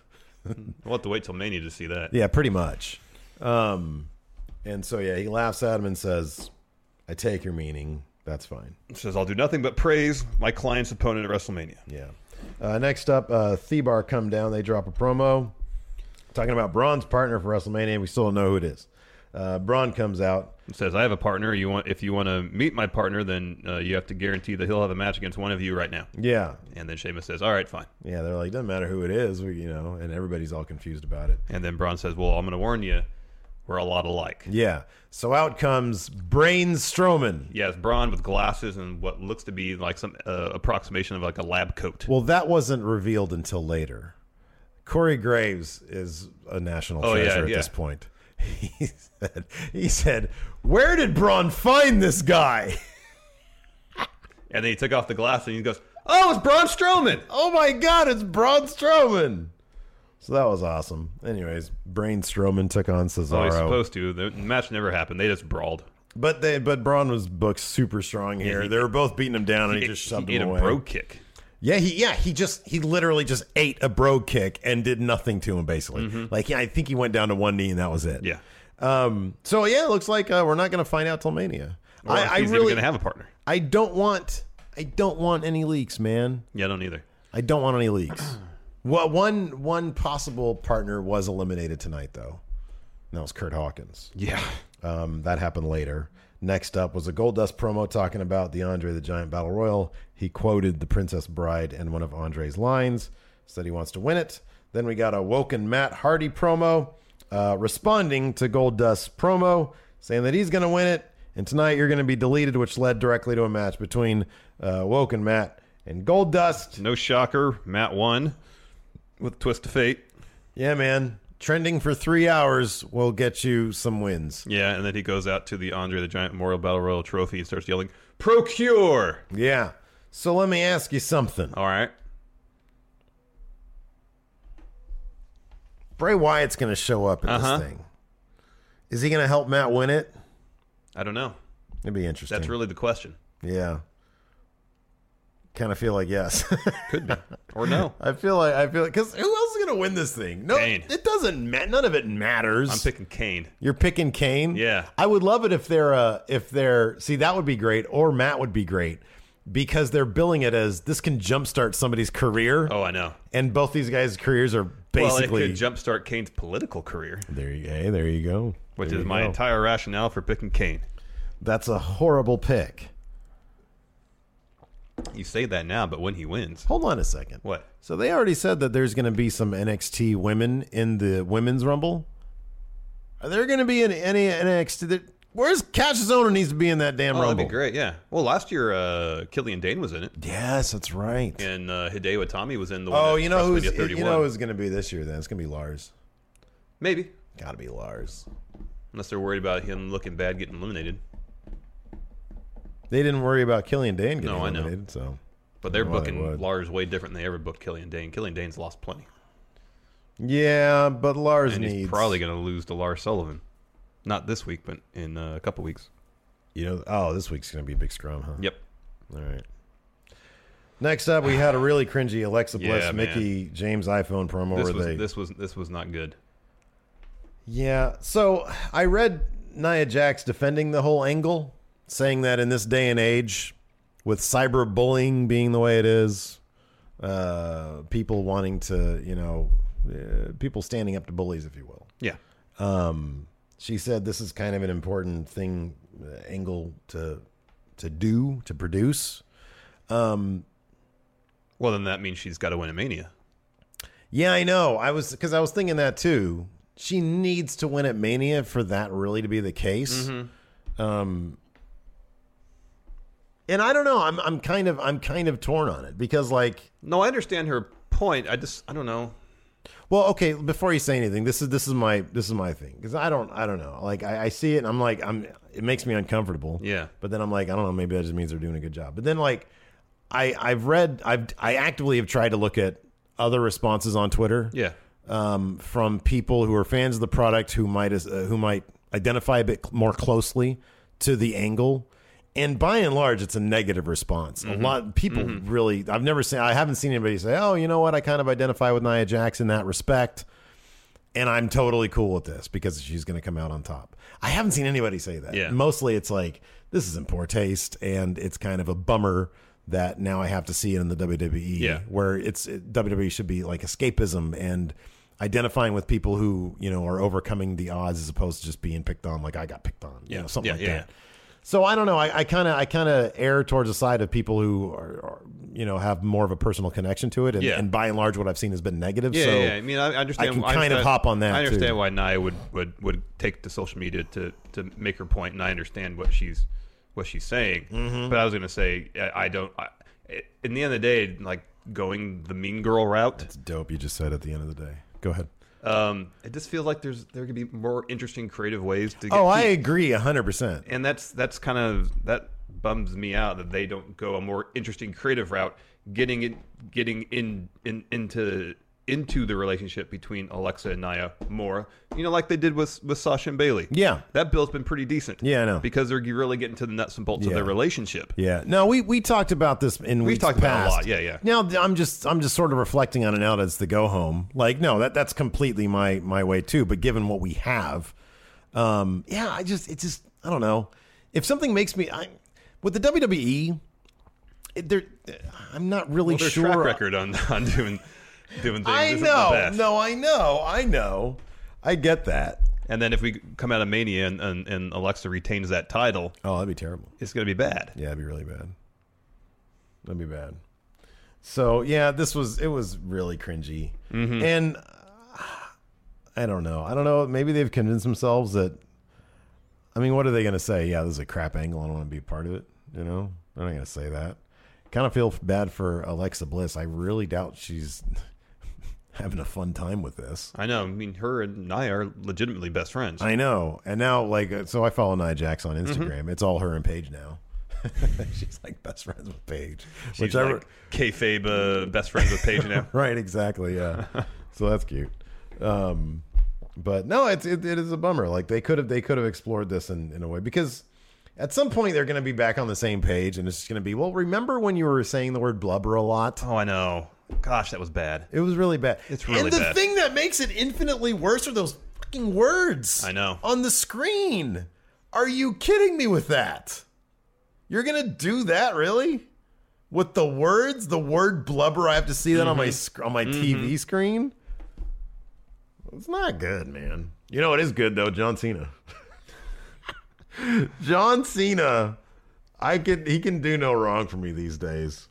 [SPEAKER 3] We'll have to wait till Mania to see that.
[SPEAKER 1] Yeah, pretty much. Um, and so yeah, he laughs at him and says, "I take your meaning. That's fine."
[SPEAKER 3] Says I'll do nothing but praise my client's opponent at WrestleMania.
[SPEAKER 1] Yeah. Uh, next up, uh, Thebar come down. They drop a promo talking about Braun's partner for WrestleMania. We still don't know who it is. Uh, Braun comes out.
[SPEAKER 3] Says I have a partner. You want if you want to meet my partner, then uh, you have to guarantee that he'll have a match against one of you right now.
[SPEAKER 1] Yeah,
[SPEAKER 3] And then Sheamus says, "All right, fine."
[SPEAKER 1] yeah. They're like, doesn't matter who it is, we, you know. And everybody's all confused about it.
[SPEAKER 3] And then Braun says, "Well, I'm going to warn you, we're a lot alike."
[SPEAKER 1] Yeah. So out comes Braun Strowman.
[SPEAKER 3] Yes, Braun with glasses and what looks to be like some uh, approximation of like a lab coat.
[SPEAKER 1] Well, that wasn't revealed until later. Corey Graves is a national
[SPEAKER 3] Oh, yeah,
[SPEAKER 1] treasure at
[SPEAKER 3] yeah.
[SPEAKER 1] this point. He said, he said, Where did Braun find this guy?
[SPEAKER 3] and then he took off the glasses and he goes, "Oh, it's Braun Strowman."
[SPEAKER 1] Oh my God, it's Braun Strowman. So that was awesome. Anyways, Braun Strowman took on
[SPEAKER 3] Oh,
[SPEAKER 1] Cesaro.
[SPEAKER 3] he's supposed to. The match never happened. They just brawled.
[SPEAKER 1] but they but Braun was booked super strong here.
[SPEAKER 3] he-
[SPEAKER 1] they were both beating him down and he,
[SPEAKER 3] He-
[SPEAKER 1] just shoved
[SPEAKER 3] he ate
[SPEAKER 1] him away.
[SPEAKER 3] a bro kick.
[SPEAKER 1] Yeah, he yeah, he just he literally just ate a bro kick and did nothing to him basically. Like yeah, I think he went down to one knee and that was it.
[SPEAKER 3] Mm-hmm. Yeah.
[SPEAKER 1] Um, so yeah, it looks like uh, we're not going to find out till Mania.
[SPEAKER 3] Or
[SPEAKER 1] I,
[SPEAKER 3] if
[SPEAKER 1] I
[SPEAKER 3] he's
[SPEAKER 1] really,
[SPEAKER 3] even gonna have a partner.
[SPEAKER 1] I don't want, I don't want any leaks, man.
[SPEAKER 3] Yeah, I don't either.
[SPEAKER 1] I don't want any leaks. well, one one possible partner was eliminated tonight though, and that was Kurt Hawkins.
[SPEAKER 3] Yeah.
[SPEAKER 1] Um, that happened later. Next up was a Goldust promo talking about the Andre the Giant Battle Royal. He quoted The Princess Bride and one of Andre's lines, said he wants to win it. Then we got a Woken Matt Hardy promo uh, responding to Goldust's promo, saying that he's going to win it. And tonight you're going to be deleted, which led directly to a match between uh, Woken Matt and Goldust.
[SPEAKER 3] No shocker. Matt won with a twist of fate.
[SPEAKER 1] Yeah, man. Trending for three hours will get you some wins.
[SPEAKER 3] Yeah, and then he goes out to the Andre the Giant Memorial Battle Royal Trophy and starts yelling, "Procure!"
[SPEAKER 1] Yeah. So let me ask you something.
[SPEAKER 3] All right.
[SPEAKER 1] Bray Wyatt's going to show up in
[SPEAKER 3] Uh-huh.
[SPEAKER 1] this thing. Is he going to help Matt win it?
[SPEAKER 3] I don't know.
[SPEAKER 1] It'd be interesting.
[SPEAKER 3] That's really the question.
[SPEAKER 1] yeah. Kind of feel like yes.
[SPEAKER 3] Could be or no.
[SPEAKER 1] I feel like I feel because who else is going to win this thing? No,
[SPEAKER 3] Kane.
[SPEAKER 1] it doesn't matter. None of it matters.
[SPEAKER 3] I'm picking Kane.
[SPEAKER 1] You're picking Kane.
[SPEAKER 3] Yeah.
[SPEAKER 1] I would love it if they're uh, if they're see that would be great or Matt would be great because they're billing it as this can jumpstart somebody's career
[SPEAKER 3] Oh, I know.
[SPEAKER 1] and both these guys' careers are
[SPEAKER 3] well, it
[SPEAKER 1] basically
[SPEAKER 3] could jumpstart Kane's political career,
[SPEAKER 1] there. You, hey, there you go.
[SPEAKER 3] which
[SPEAKER 1] There
[SPEAKER 3] is
[SPEAKER 1] you
[SPEAKER 3] my
[SPEAKER 1] go.
[SPEAKER 3] entire rationale for picking Kane.
[SPEAKER 1] That's a horrible pick.
[SPEAKER 3] You say that now, but when he wins,
[SPEAKER 1] Hold on a second.
[SPEAKER 3] What?
[SPEAKER 1] So they already said that there's going to be some NXT women in the women's rumble. Are there going to be an any NXT? That, where's Cachazona needs to be in that damn
[SPEAKER 3] oh,
[SPEAKER 1] rumble?
[SPEAKER 3] that'd be great. Yeah. Well, last year, uh, Killian Dane was in it,
[SPEAKER 1] Yes, that's right.
[SPEAKER 3] and uh, Hideo Itami was in the. one
[SPEAKER 1] Oh,
[SPEAKER 3] at
[SPEAKER 1] you know who's
[SPEAKER 3] WrestleMania 31.
[SPEAKER 1] you know who's going to be this year? Then it's going to be Lars.
[SPEAKER 3] maybe
[SPEAKER 1] Got to be Lars.
[SPEAKER 3] unless they're worried about him looking bad getting eliminated,
[SPEAKER 1] They didn't worry about Killian Dane getting
[SPEAKER 3] No, I know.
[SPEAKER 1] eliminated, so
[SPEAKER 3] but they're
[SPEAKER 1] Well, they
[SPEAKER 3] booking
[SPEAKER 1] would.
[SPEAKER 3] Lars way different than they ever booked Killian Dane. Killian Dane's lost plenty,
[SPEAKER 1] yeah. But Lars
[SPEAKER 3] and
[SPEAKER 1] needs
[SPEAKER 3] he's probably going to lose to Lars Sullivan. Not this week, but in uh, a couple weeks.
[SPEAKER 1] You know, oh, this week's going to be a big scrum, huh?
[SPEAKER 3] Yep.
[SPEAKER 1] All right. Next up, we had a really cringy Alexa
[SPEAKER 3] Yeah,
[SPEAKER 1] Bliss
[SPEAKER 3] man.
[SPEAKER 1] Mickey James iPhone promo
[SPEAKER 3] This
[SPEAKER 1] where
[SPEAKER 3] was,
[SPEAKER 1] they
[SPEAKER 3] this was this was not good.
[SPEAKER 1] Yeah. So I read Nia Jax defending the whole angle, saying that in this day and age, with cyberbullying being the way it is, uh, people wanting to, you know, uh, people standing up to bullies, if you will.
[SPEAKER 3] Yeah.
[SPEAKER 1] Um, she said this is kind of an important thing, uh, angle to to do to produce. Um,
[SPEAKER 3] Well, then that means she's got to win a Mania.
[SPEAKER 1] Yeah, I know. I was because I was thinking that too. She needs to win at Mania for that really to be the case. Um, and I don't know. I'm I'm kind of I'm kind of torn on it because like,
[SPEAKER 3] No, I understand her point. I just I don't know.
[SPEAKER 1] well, okay. Before you say anything, this is this is my this is my thing because I don't I don't know. Like I, I see it and I'm like I'm it makes me uncomfortable.
[SPEAKER 3] Yeah.
[SPEAKER 1] But then I'm like I don't know. Maybe that just means they're doing a good job. But then like I I've read I've I actively have tried to look at other responses on Twitter.
[SPEAKER 3] Yeah.
[SPEAKER 1] um, from people who are fans of the product who might as- uh, who might identify a bit cl- more closely to the angle. And by and large, it's a negative response. A lot people really. I've never seen. I haven't seen anybody say, "Oh, you know what? I kind of identify with Nia Jax in that respect." and I'm totally cool with this because she's going to come out on top. I haven't seen anybody say that.
[SPEAKER 3] Yeah.
[SPEAKER 1] Mostly it's like, this is in poor taste, and it's kind of a bummer that now I have to see it in the WWE,
[SPEAKER 3] Yeah.
[SPEAKER 1] where it's it- WWE should be like escapism and identifying with people who, you know, are overcoming the odds as opposed to just being picked on, like I got picked on, you
[SPEAKER 3] Yeah.
[SPEAKER 1] know, something
[SPEAKER 3] Yeah,
[SPEAKER 1] like
[SPEAKER 3] yeah,
[SPEAKER 1] that. So I don't know. I kind of I kind of err towards the side of people who are, are, you know, have more of a personal connection to it, and,
[SPEAKER 3] Yeah.
[SPEAKER 1] and by and large, what I've seen has been negative.
[SPEAKER 3] Yeah,
[SPEAKER 1] so
[SPEAKER 3] yeah, yeah. I mean, I, I understand.
[SPEAKER 1] I can kind of
[SPEAKER 3] understand-
[SPEAKER 1] hop on that.
[SPEAKER 3] I understand
[SPEAKER 1] too.
[SPEAKER 3] why Nia would, would, would take to social media to, to make her point, and I understand what she's what she's saying.
[SPEAKER 1] Mm-hmm.
[SPEAKER 3] But I was going to say, I, I don't. I, in the end of the day, like going the mean girl route,
[SPEAKER 1] It's dope you just said at the end of the day. Go ahead.
[SPEAKER 3] um, it just feels like there's there could be more interesting, creative ways to. Get
[SPEAKER 1] Oh, I
[SPEAKER 3] heat.
[SPEAKER 1] agree 100%.
[SPEAKER 3] and that's that's kind of that bums me out that they don't go a more interesting creative route getting it getting in, in into into the relationship between Alexa and Naya more you know like they did with with Sasha and Bailey
[SPEAKER 1] Yeah.
[SPEAKER 3] that bill's been pretty decent
[SPEAKER 1] Yeah, I know.
[SPEAKER 3] because they're really getting to the nuts and bolts of
[SPEAKER 1] Yeah.
[SPEAKER 3] their relationship
[SPEAKER 1] Yeah. No, we we talked about this in
[SPEAKER 3] We've
[SPEAKER 1] weeks
[SPEAKER 3] talked about it a
[SPEAKER 1] past.
[SPEAKER 3] lot. Yeah, yeah.
[SPEAKER 1] Now I'm just I'm just sort of reflecting on it now as the go home. Like no, that that's completely my my way too, but given what we have, um yeah, I just it just I don't know. If something makes me I with the WWE it, there I'm not really
[SPEAKER 3] well, their
[SPEAKER 1] sure
[SPEAKER 3] track record on, on doing doing things
[SPEAKER 1] I
[SPEAKER 3] isn't the
[SPEAKER 1] know.
[SPEAKER 3] best.
[SPEAKER 1] No, I know. I know. I get that.
[SPEAKER 3] and then if we come out of Mania and, and, and Alexa retains that title
[SPEAKER 1] Oh, that'd be terrible.
[SPEAKER 3] it's going to be bad
[SPEAKER 1] Yeah, that'd be really bad. That'd be bad. So yeah, this was it was really cringy, and uh, I don't know. I don't know. Maybe they've convinced themselves that. I mean, what are they going to say? Yeah, this is a crap angle. I don't want to be a part of it. You know, they're not going to say that. Kind of feel bad for Alexa Bliss. I really doubt she's having a fun time with this.
[SPEAKER 3] I know I mean her and Naya are legitimately best friends
[SPEAKER 1] I know. And now, like, uh, so I follow Nia Jax on
[SPEAKER 3] Mm-hmm.
[SPEAKER 1] Instagram. It's all her and Paige now. She's like best friends with Paige.
[SPEAKER 3] She's like kayfabe uh, best friends with Paige now.
[SPEAKER 1] right, exactly. Yeah. so that's cute. Um, but no, it's it, it is a bummer. Like they could have they could have explored this in, in a way because at some point they're going to be back on the same page and it's just going to be well. Remember when you were saying the word blubber a lot?
[SPEAKER 3] Oh, I know. Gosh, that was bad.
[SPEAKER 1] It was really bad.
[SPEAKER 3] It's really
[SPEAKER 1] and the
[SPEAKER 3] bad.
[SPEAKER 1] thing that makes it infinitely worse are those fucking words.
[SPEAKER 3] I know.
[SPEAKER 1] On the screen. Are you kidding me with that? You're gonna do that, really? With the words, the word blubber, I have to see that
[SPEAKER 3] Mm-hmm.
[SPEAKER 1] on my sc- on my TV screen. It's not good, man. You know it is good though, John Cena. John Cena, I can he can do no wrong for me these days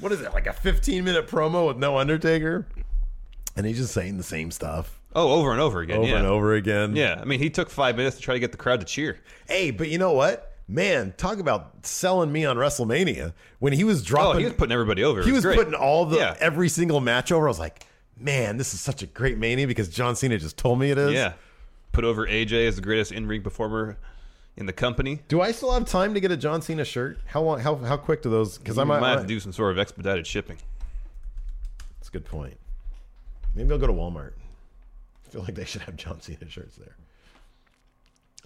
[SPEAKER 1] what is it like a 15 minute promo with no undertaker and he's just saying the same stuff
[SPEAKER 3] Oh, over and over again.
[SPEAKER 1] over
[SPEAKER 3] yeah.
[SPEAKER 1] and over again
[SPEAKER 3] Yeah, I mean, he took five minutes to try to get the crowd to cheer.
[SPEAKER 1] hey but you know what man talk about selling me on wrestlemania when he was
[SPEAKER 3] Oh,
[SPEAKER 1] dropping
[SPEAKER 3] he was putting everybody over. It
[SPEAKER 1] he was
[SPEAKER 3] great.
[SPEAKER 1] putting all the
[SPEAKER 3] yeah.
[SPEAKER 1] every single match over i was like man this is such a great mania because john cena just told me it is
[SPEAKER 3] yeah. Put over AJ as the greatest in ring performer in the company.
[SPEAKER 1] do i still have time to get a john cena shirt how long how, how quick do those because i
[SPEAKER 3] You
[SPEAKER 1] might,
[SPEAKER 3] might have to do some sort of expedited shipping.
[SPEAKER 1] That's a good point. Maybe I'll go to Walmart. I feel like they should have John Cena shirts there.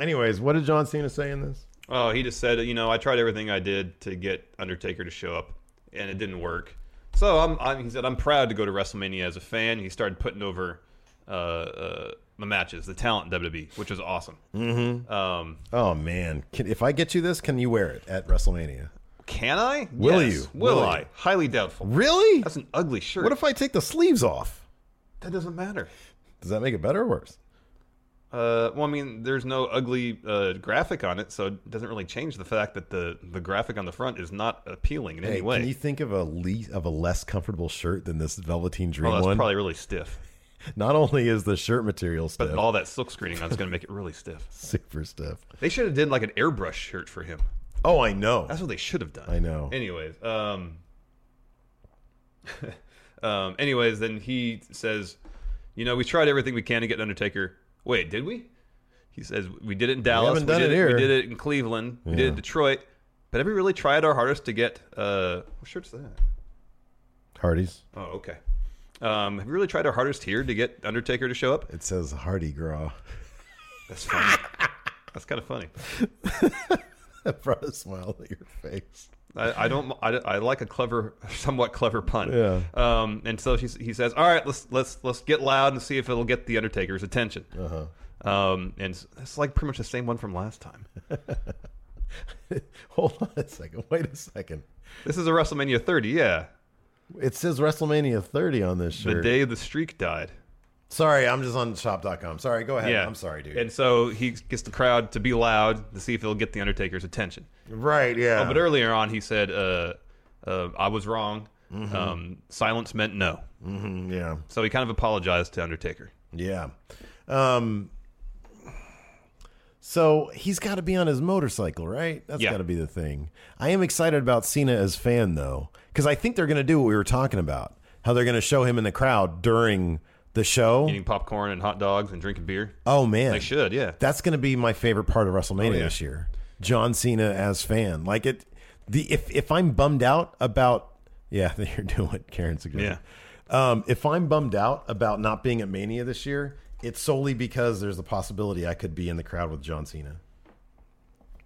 [SPEAKER 1] Anyways, what did John Cena say in this?
[SPEAKER 3] Oh, he just said, you know, I tried everything I did to get Undertaker to show up, and it didn't work. So I'm, I'm he said, I'm proud to go to WrestleMania as a fan. He started putting over uh, uh, the matches, the talent in WWE, which was awesome.
[SPEAKER 1] Oh man, can, if I get you this, can you wear it at WrestleMania?
[SPEAKER 3] Can I?
[SPEAKER 1] Will
[SPEAKER 3] Yes.
[SPEAKER 1] you?
[SPEAKER 3] Will,
[SPEAKER 1] Will
[SPEAKER 3] I?
[SPEAKER 1] you?
[SPEAKER 3] Highly doubtful.
[SPEAKER 1] Really?
[SPEAKER 3] That's an ugly shirt.
[SPEAKER 1] What if I take the sleeves off?
[SPEAKER 3] that doesn't matter?
[SPEAKER 1] Does that make it better or worse?
[SPEAKER 3] Uh, well, I mean, there's no ugly uh, graphic on it, so it doesn't really change the fact that the, the graphic on the front is not appealing in any way.
[SPEAKER 1] can you think of a le- of a less comfortable shirt than this velveteen dream
[SPEAKER 3] Well, Oh, that's
[SPEAKER 1] one?
[SPEAKER 3] probably really stiff.
[SPEAKER 1] Not only is the shirt material
[SPEAKER 3] But
[SPEAKER 1] stiff,
[SPEAKER 3] all that silk screening on is going to make it really stiff.
[SPEAKER 1] super stiff.
[SPEAKER 3] They should have did like an airbrush shirt for him.
[SPEAKER 1] Oh, I know.
[SPEAKER 3] That's what they should have done.
[SPEAKER 1] I know.
[SPEAKER 3] Anyways, um, um, anyways, then he says, you know, we tried everything we can to get Undertaker. Wait, did we? He says we did it in Dallas.
[SPEAKER 1] haven't done
[SPEAKER 3] did
[SPEAKER 1] it here."
[SPEAKER 3] We did it in Cleveland. We did it
[SPEAKER 1] Yeah.
[SPEAKER 3] in Detroit. But have we really tried our hardest to get? Uh, what shirt's that?
[SPEAKER 1] Hardy's.
[SPEAKER 3] Oh, okay. Um, have we really tried our hardest here to get Undertaker to show up?
[SPEAKER 1] It says Hardy Gras.
[SPEAKER 3] That's funny. That's kind of funny.
[SPEAKER 1] that brought a smile to your face.
[SPEAKER 3] I, I don't. I, I like a clever, somewhat clever pun.
[SPEAKER 1] Yeah.
[SPEAKER 3] Um. And so she, he says, "All right, let's let's let's get loud and see if it'll get the Undertaker's attention."
[SPEAKER 1] Uh-huh.
[SPEAKER 3] Uh huh. Um. And it's, it's like pretty much the same one from last time.
[SPEAKER 1] Hold on a second. Wait a second.
[SPEAKER 3] This is a WrestleMania 30. Yeah.
[SPEAKER 1] It says WrestleMania 30 on this
[SPEAKER 3] The
[SPEAKER 1] shirt.
[SPEAKER 3] day the streak died.
[SPEAKER 1] sorry, I'm just on shop.com. Sorry, go ahead.
[SPEAKER 3] Yeah.
[SPEAKER 1] I'm sorry, dude.
[SPEAKER 3] And so he gets the crowd to be loud to see if it'll get the Undertaker's attention.
[SPEAKER 1] right, yeah.
[SPEAKER 3] Oh, but earlier on, he said, "Uh, uh I was wrong.
[SPEAKER 1] Mm-hmm.
[SPEAKER 3] Um, silence meant no."
[SPEAKER 1] Mm, yeah.
[SPEAKER 3] So he kind of apologized to Undertaker.
[SPEAKER 1] Yeah. Um so he's got to be on his motorcycle, right? That's
[SPEAKER 3] Yeah.
[SPEAKER 1] got to be the thing. I am excited about Cena as fan though, cuz I think they're going to do what we were talking about. How they're going to show him in the crowd during the show.
[SPEAKER 3] Eating popcorn and hot dogs and drinking beer.
[SPEAKER 1] Oh man.
[SPEAKER 3] They should, yeah.
[SPEAKER 1] That's going to be my favorite part of WrestleMania
[SPEAKER 3] Oh, yeah.
[SPEAKER 1] this year. John Cena as fan. Like it the if if I'm bummed out about yeah, you're doing what Karen suggested. Yeah. Um if I'm bummed out about not being at Mania this year, it's solely because there's a possibility I could be in the crowd with John Cena.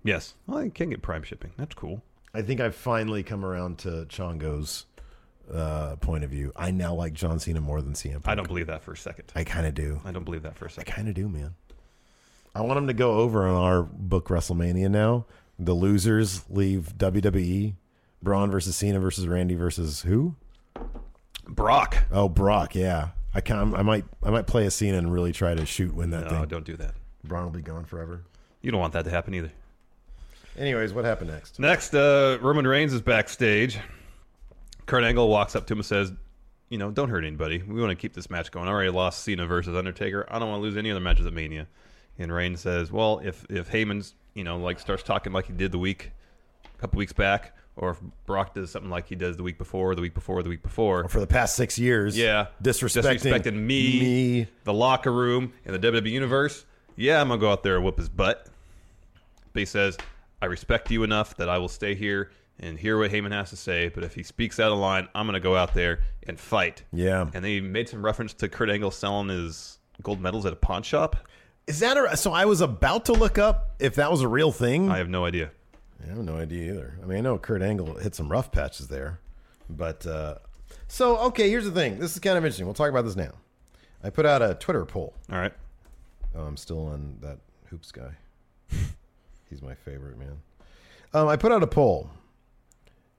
[SPEAKER 3] Yes. Well, I can get prime shipping. That's cool.
[SPEAKER 1] I think I've finally come around to Chongo's uh, point of view. I now like John Cena more than CM Punk.
[SPEAKER 3] I don't believe that for a second.
[SPEAKER 1] I kind of do.
[SPEAKER 3] I don't believe that for a
[SPEAKER 1] I
[SPEAKER 3] second.
[SPEAKER 1] kind of do, man. I want them to go over on our book WrestleMania now. The losers leave WWE. Braun versus Cena versus Randy versus who?
[SPEAKER 3] Brock.
[SPEAKER 1] Oh, Brock. Yeah, I can I might. I might play a Cena and really try to shoot win that
[SPEAKER 3] No,
[SPEAKER 1] thing.
[SPEAKER 3] don't do that.
[SPEAKER 1] Braun will be gone forever.
[SPEAKER 3] You don't want that to happen either.
[SPEAKER 1] Anyways, what happened next?
[SPEAKER 3] Next, uh, Roman Reigns is backstage. Kurt Angle walks up to him and says, You know, don't hurt anybody. We want to keep this match going. I already lost Cena versus Undertaker. I don't want to lose any other matches at Mania. And Reigns says, Well, if, if Heyman's, you know, like starts talking like he did the week, a couple weeks back, or if Brock does something like he does the week before, the week before, the week before,
[SPEAKER 1] For the past six years,
[SPEAKER 3] Yeah,
[SPEAKER 1] disrespecting,
[SPEAKER 3] disrespecting me,
[SPEAKER 1] me.
[SPEAKER 3] the locker room, and the WWE universe. Yeah, I'm gonna go out there and whoop his butt. But he says, "I respect you enough that I will stay here and hear what Heyman has to say. But if he speaks out of line, I'm gonna go out there and fight."
[SPEAKER 1] Yeah.
[SPEAKER 3] and they made some reference to Kurt Angle selling his gold medals at a pawn shop.
[SPEAKER 1] Is that a? So I was about to look up if that was a real thing.
[SPEAKER 3] I have no idea.
[SPEAKER 1] I have no idea either. I mean, I know Kurt Angle hit some rough patches there, but uh, so okay. Here's the thing. This is kind of interesting. We'll talk about this now. I put out a Twitter poll.
[SPEAKER 3] All right,
[SPEAKER 1] Oh, I'm still on that hoops guy. He's my favorite man. Um, I put out a poll,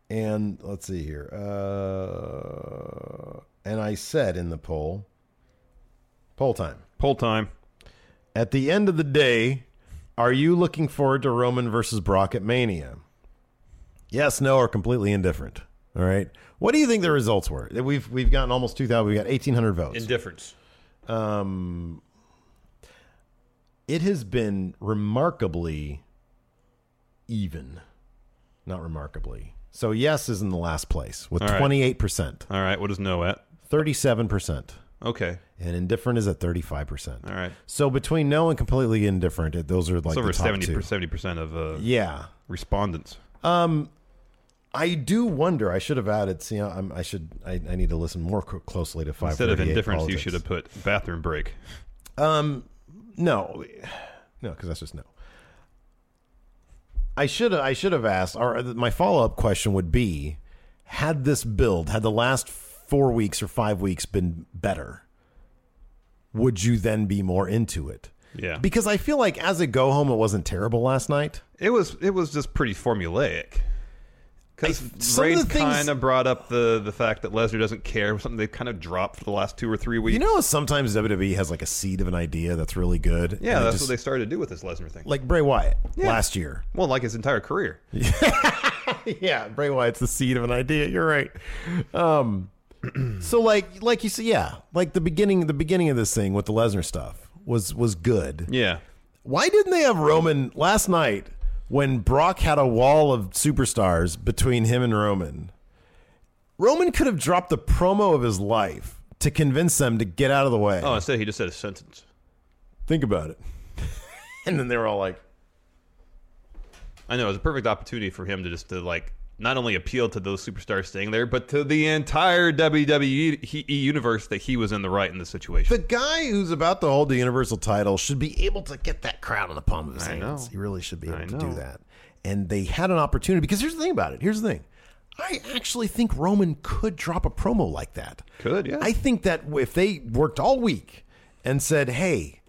[SPEAKER 1] and let's see here. Uh, and I said in the poll, poll time.
[SPEAKER 3] poll time.
[SPEAKER 1] At the end of the day, are you looking forward to Roman versus Brock at Mania? Yes, no, or completely indifferent. All right. What do you think the results were? We've we've gotten almost two thousand. We got eighteen hundred votes.
[SPEAKER 3] Indifference.
[SPEAKER 1] Um, it has been remarkably even, not remarkably. So yes is in the last place with
[SPEAKER 3] All right.
[SPEAKER 1] twenty eight percent,
[SPEAKER 3] All right, what is no at?
[SPEAKER 1] thirty seven percent,
[SPEAKER 3] Okay,
[SPEAKER 1] and indifferent is at thirty five percent.
[SPEAKER 3] all right.
[SPEAKER 1] So between no and completely indifferent, it- those are like
[SPEAKER 3] It's over
[SPEAKER 1] the top
[SPEAKER 3] 70
[SPEAKER 1] two.
[SPEAKER 3] percent of uh,
[SPEAKER 1] Yeah, Um,
[SPEAKER 3] respondents.
[SPEAKER 1] I do wonder. I should have added. See, I'm, I should. I, I need to listen more co- closely to five.
[SPEAKER 3] Instead of indifference, you should have put bathroom break.
[SPEAKER 1] Um, No, no, because that's just no. I should I should have asked. Or uh, my follow up question would be: Had this build, had the last four weeks or five weeks been better, would you then be more into it?
[SPEAKER 3] Yeah.
[SPEAKER 1] Because I feel like as a go home, it wasn't terrible last night.
[SPEAKER 3] It was it was just pretty formulaic. Because
[SPEAKER 1] I- some of
[SPEAKER 3] Raid
[SPEAKER 1] the things-
[SPEAKER 3] kind of brought up the the fact that Lesnar doesn't care, something they kind of dropped for the last two or three weeks.
[SPEAKER 1] You know, how sometimes WWE has like a seed of an idea that's really good.
[SPEAKER 3] yeah,
[SPEAKER 1] and it
[SPEAKER 3] that's
[SPEAKER 1] just-
[SPEAKER 3] what they started to do with this Lesnar thing.
[SPEAKER 1] like Bray Wyatt last year.
[SPEAKER 3] well, like his entire career.
[SPEAKER 1] yeah, Bray Wyatt's the seed of an idea. You're right. Um, so like like you said, yeah, like the beginning the beginning of this thing with the Lesnar stuff was was good.
[SPEAKER 3] Yeah,
[SPEAKER 1] Why didn't they have Roman last night when Brock had a wall of superstars between him and Roman? Roman could have dropped the promo of his life to convince them to get out of the way.
[SPEAKER 3] Oh, instead he just said a sentence.
[SPEAKER 1] Think about it. and then they were all like,
[SPEAKER 3] I know it was a perfect opportunity for him to just to like not only appeal to those superstars staying there, but to the entire WWE he- E universe that he was in the right in this situation.
[SPEAKER 1] the guy who's about to hold the universal title should be able to get that crowd in the palm of his hands.
[SPEAKER 3] know.
[SPEAKER 1] He really should be able
[SPEAKER 3] I
[SPEAKER 1] to do
[SPEAKER 3] know.
[SPEAKER 1] that. And they had an opportunity because here's the thing about it. Here's the thing. I actually think Roman could drop a promo like that.
[SPEAKER 3] Could, yeah.
[SPEAKER 1] I think that if they worked all week and said, "Hey,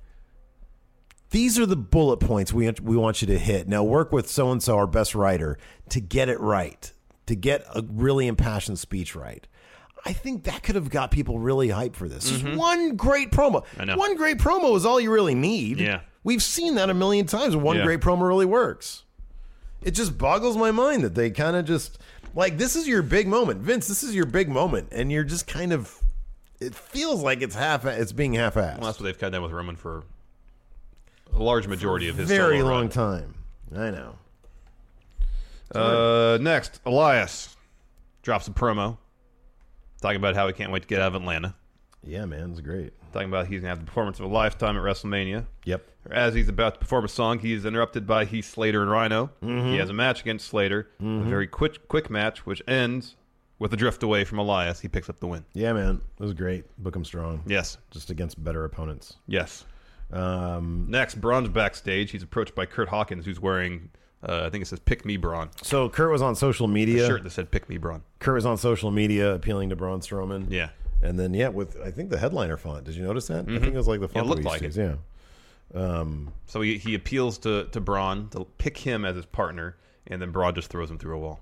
[SPEAKER 1] these are the bullet points we we want you to hit. Now work with so and so, our best writer, to get it right, to get a really impassioned speech right. I think that could have got people really hyped for this. Just one great promo.
[SPEAKER 3] Mm-hmm. I know.
[SPEAKER 1] One great promo is all you really need.
[SPEAKER 3] Yeah.
[SPEAKER 1] We've seen that a million times. One
[SPEAKER 3] Yeah.
[SPEAKER 1] great promo really works. It just boggles my mind that they kind of just like this is your big moment. Vince, this is your big moment and you're just kind of it feels like it's half it's being half-assed
[SPEAKER 3] Well, that's what they've kind of done with Roman for a large majority of his
[SPEAKER 1] very
[SPEAKER 3] solo run.
[SPEAKER 1] long time. I know.
[SPEAKER 3] Uh, next, Elias drops a promo talking about how he can't wait to get out of Atlanta.
[SPEAKER 1] Yeah, man, it's great.
[SPEAKER 3] Talking about he's gonna have the performance of a lifetime at WrestleMania.
[SPEAKER 1] Yep.
[SPEAKER 3] As he's about to perform a song, he is interrupted by Heath Slater and Rhino. He has a match against Slater, a very quick quick match, which ends with a drift away from Elias. He picks up the win.
[SPEAKER 1] Yeah, man, it was great. Book 'em strong.
[SPEAKER 3] Yes,
[SPEAKER 1] Just against better opponents.
[SPEAKER 3] yes.
[SPEAKER 1] Um,
[SPEAKER 3] Next, Braun's backstage. He's approached by Kurt Hawkins, who's wearing, uh, I think it says "Pick Me Braun,"
[SPEAKER 1] so Kurt was on social
[SPEAKER 3] a
[SPEAKER 1] media.
[SPEAKER 3] shirt that said "Pick Me Braun."
[SPEAKER 1] Kurt was on social media appealing to Braun Strowman.
[SPEAKER 3] Yeah.
[SPEAKER 1] And then yeah, with I think the headliner font. Did you notice that? I think it was like the font.
[SPEAKER 3] looked
[SPEAKER 1] we used
[SPEAKER 3] like
[SPEAKER 1] to
[SPEAKER 3] it.
[SPEAKER 1] use, Yeah.
[SPEAKER 3] So he, he appeals to, to Braun to pick him as his partner, and then Braun just throws him through a wall.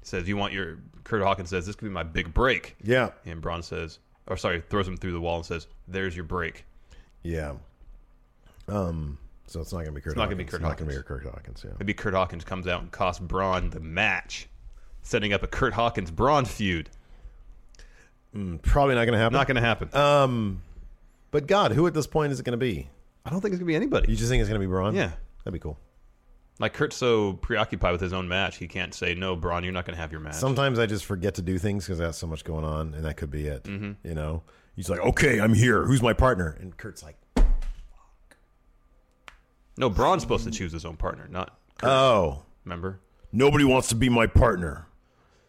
[SPEAKER 3] He says, You want your. Kurt Hawkins says, This could be my big break.
[SPEAKER 1] Yeah.
[SPEAKER 3] And Braun says, Or sorry, throws him through the wall and says, There's your break.
[SPEAKER 1] Yeah. Um. So it's not gonna be Kurt.
[SPEAKER 3] It's not gonna be Kurt
[SPEAKER 1] It's
[SPEAKER 3] Hawkins.
[SPEAKER 1] Not gonna be Kurt Hawkins. Yeah.
[SPEAKER 3] Maybe Kurt Hawkins comes out and costs Braun the match, setting up a Kurt Hawkins Braun feud.
[SPEAKER 1] Probably not gonna happen.
[SPEAKER 3] Not going to happen.
[SPEAKER 1] Um. But God, who at this point is it gonna be?
[SPEAKER 3] I don't think it's going to be
[SPEAKER 1] You
[SPEAKER 3] anybody.
[SPEAKER 1] just think it's gonna be Braun?
[SPEAKER 3] Yeah.
[SPEAKER 1] That'd be cool.
[SPEAKER 3] Like, Kurt's so preoccupied with his own match, he can't say, No, Braun, you're not going to have your match.
[SPEAKER 1] Sometimes I just forget to do things because I have so much going on, and that could be it. You know, he's like, "Okay, I'm here. Who's my partner?" And Kurt's like,
[SPEAKER 3] no, Braun's supposed to choose his own partner, not. Kurt,
[SPEAKER 1] "Oh,
[SPEAKER 3] remember?
[SPEAKER 1] nobody wants to be my partner."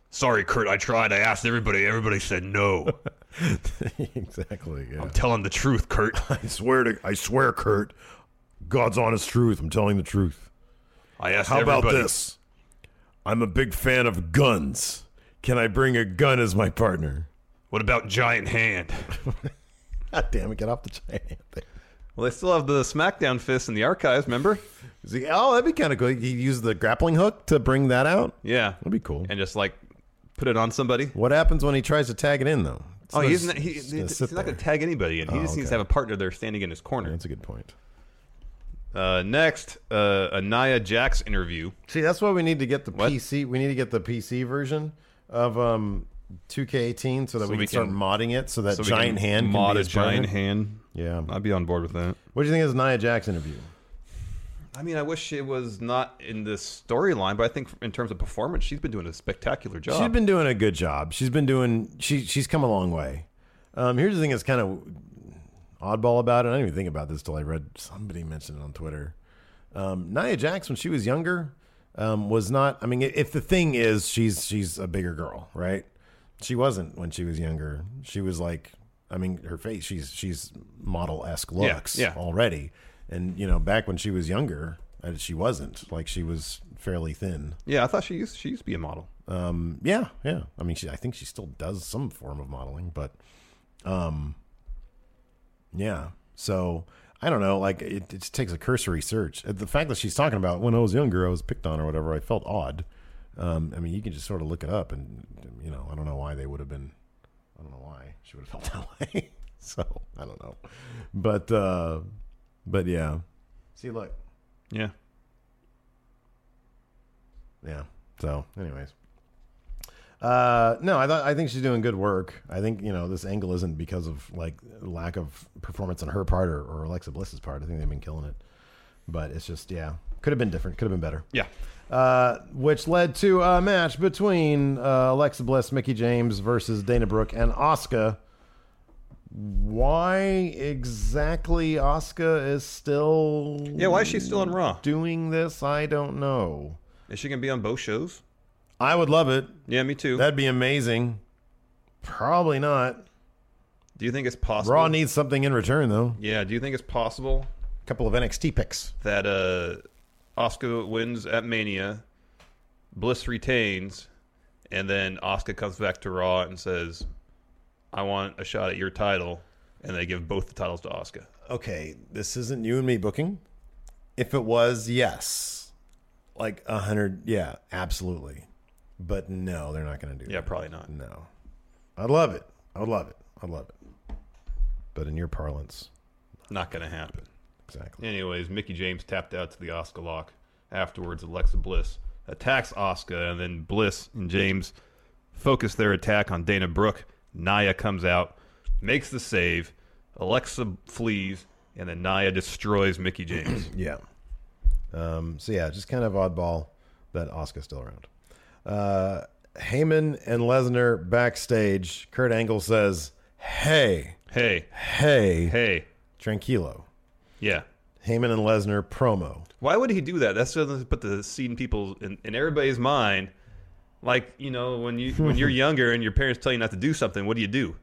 [SPEAKER 3] Sorry, Kurt, I tried. I asked everybody. Everybody said no.
[SPEAKER 1] exactly. Yeah.
[SPEAKER 3] Telling the truth, Kurt.
[SPEAKER 1] I swear to, I swear, Kurt, God's honest truth. I'm telling the truth.
[SPEAKER 3] I asked
[SPEAKER 1] How about
[SPEAKER 3] everybody.
[SPEAKER 1] this? I'm a big fan of guns. Can I bring a gun as my partner?
[SPEAKER 3] What about Giant Hand?
[SPEAKER 1] God damn it! Get off the chain.
[SPEAKER 3] Well, they still have the SmackDown fist in the archives, remember?
[SPEAKER 1] Is he- oh, that'd be kind of cool. He used the grappling hook to bring that out.
[SPEAKER 3] Yeah.
[SPEAKER 1] That'd be cool.
[SPEAKER 3] And just like put it on somebody.
[SPEAKER 1] What happens when he tries to tag it in, though? It's
[SPEAKER 3] Oh,
[SPEAKER 1] gonna-
[SPEAKER 3] he's not, he,
[SPEAKER 1] it's
[SPEAKER 3] he's,
[SPEAKER 1] gonna
[SPEAKER 3] he's
[SPEAKER 1] sit
[SPEAKER 3] not
[SPEAKER 1] there.
[SPEAKER 3] going to tag anybody in. He
[SPEAKER 1] Oh,
[SPEAKER 3] just needs
[SPEAKER 1] okay.
[SPEAKER 3] to have a partner there standing in his corner.
[SPEAKER 1] That's a good point.
[SPEAKER 3] Uh, next, uh, a Nia Jax interview.
[SPEAKER 1] See, that's why we need to get the
[SPEAKER 3] What?
[SPEAKER 1] PC. We need to get the PC version of um 2K18 so that we,
[SPEAKER 3] we
[SPEAKER 1] can start
[SPEAKER 3] can-
[SPEAKER 1] modding it so that
[SPEAKER 3] So we can
[SPEAKER 1] giant hand can
[SPEAKER 3] mod
[SPEAKER 1] be
[SPEAKER 3] a
[SPEAKER 1] his
[SPEAKER 3] giant
[SPEAKER 1] partner.
[SPEAKER 3] hand.
[SPEAKER 1] Yeah.
[SPEAKER 3] I'd be on board with that.
[SPEAKER 1] What do you think of this Nia Jax interview?
[SPEAKER 3] I mean, I wish it was not in this storyline, but I think in terms of performance, she's been doing a spectacular job.
[SPEAKER 1] She's been doing a good job. She's been doing. She she's come a long way. Um, here's the thing that's kind of oddball about it. I didn't even think about this till I read somebody mentioned it on Twitter. Um, Nia Jax, when she was younger, um, was not. I mean, i- if the thing is she's she's a bigger girl, right? She wasn't when she was younger. She was like, I mean, her face. She's she's model esque
[SPEAKER 3] Yeah,
[SPEAKER 1] looks
[SPEAKER 3] yeah.
[SPEAKER 1] already, and you know, back when she was younger, And she wasn't. Like she was fairly thin.
[SPEAKER 3] Yeah, I thought she used she used to be a model.
[SPEAKER 1] Um, yeah, yeah. I mean, she, I think she still does some form of modeling, but, um, yeah. So I don't know. Like it, it takes a cursory search. Uh, The fact that she's talking about when I was younger, I was picked on or whatever. I felt odd. Um, I mean, you can just sort of look it up, and you know, I don't know why they would have been. I don't know why she would have felt that way. so I don't know, but uh, but yeah. See, look,
[SPEAKER 3] Yeah.
[SPEAKER 1] yeah. So, anyways, uh, no, I thought I think she's doing good work. I think you know this angle isn't because of like lack of performance on her part or, or Alexa Bliss's part. I think they've been killing it, but it's just yeah, could have been different, could have been better.
[SPEAKER 3] Yeah.
[SPEAKER 1] Uh, which led to a match between uh, Alexa Bliss, Mickey James versus Dana Brooke and Oscar. Why exactly Oscar is still
[SPEAKER 3] Yeah, why is she still on Raw?
[SPEAKER 1] doing this? I don't know.
[SPEAKER 3] Is she gonna be on both shows?
[SPEAKER 1] I would love it.
[SPEAKER 3] Yeah, me too.
[SPEAKER 1] That'd be amazing. Probably not.
[SPEAKER 3] do you think it's possible?
[SPEAKER 1] Raw needs something in return, though.
[SPEAKER 3] yeah, do you think it's possible
[SPEAKER 1] A couple of NXT picks.
[SPEAKER 3] that uh Oscar wins at Mania, Bliss retains, and then Oscar comes back to Raw and says, "I want a shot at your title," and they give both the titles to Oscar.
[SPEAKER 1] Okay, this isn't you and me booking. If it was, yes, like a hundred, yeah, absolutely. But no, they're not going to do.
[SPEAKER 3] Yeah,
[SPEAKER 1] that.
[SPEAKER 3] probably not.
[SPEAKER 1] No, I'd love it. I'd love it. I'd love it. But in your parlance,
[SPEAKER 3] Not gonna happen.
[SPEAKER 1] exactly.
[SPEAKER 3] Anyways, Mickey James tapped out to the Oscar lock. Afterwards, Alexa Bliss attacks Oscar, and then Bliss and James focus their attack on Dana Brooke. Naya comes out, makes the save. Alexa flees, and then Naya destroys Mickey James.
[SPEAKER 1] Yeah. Um, so yeah, just kind of oddball that Oscar's still around. Uh, Heyman and Lesnar backstage. Kurt Angle says, "Hey,
[SPEAKER 3] hey,
[SPEAKER 1] hey,
[SPEAKER 3] hey,
[SPEAKER 1] tranquilo."
[SPEAKER 3] yeah.
[SPEAKER 1] Heyman and Lesnar promo.
[SPEAKER 3] Why would he do that? That's to put the seed in people in, in everybody's mind. Like you know, when you when you're younger and your parents tell you not to do something, what do you do?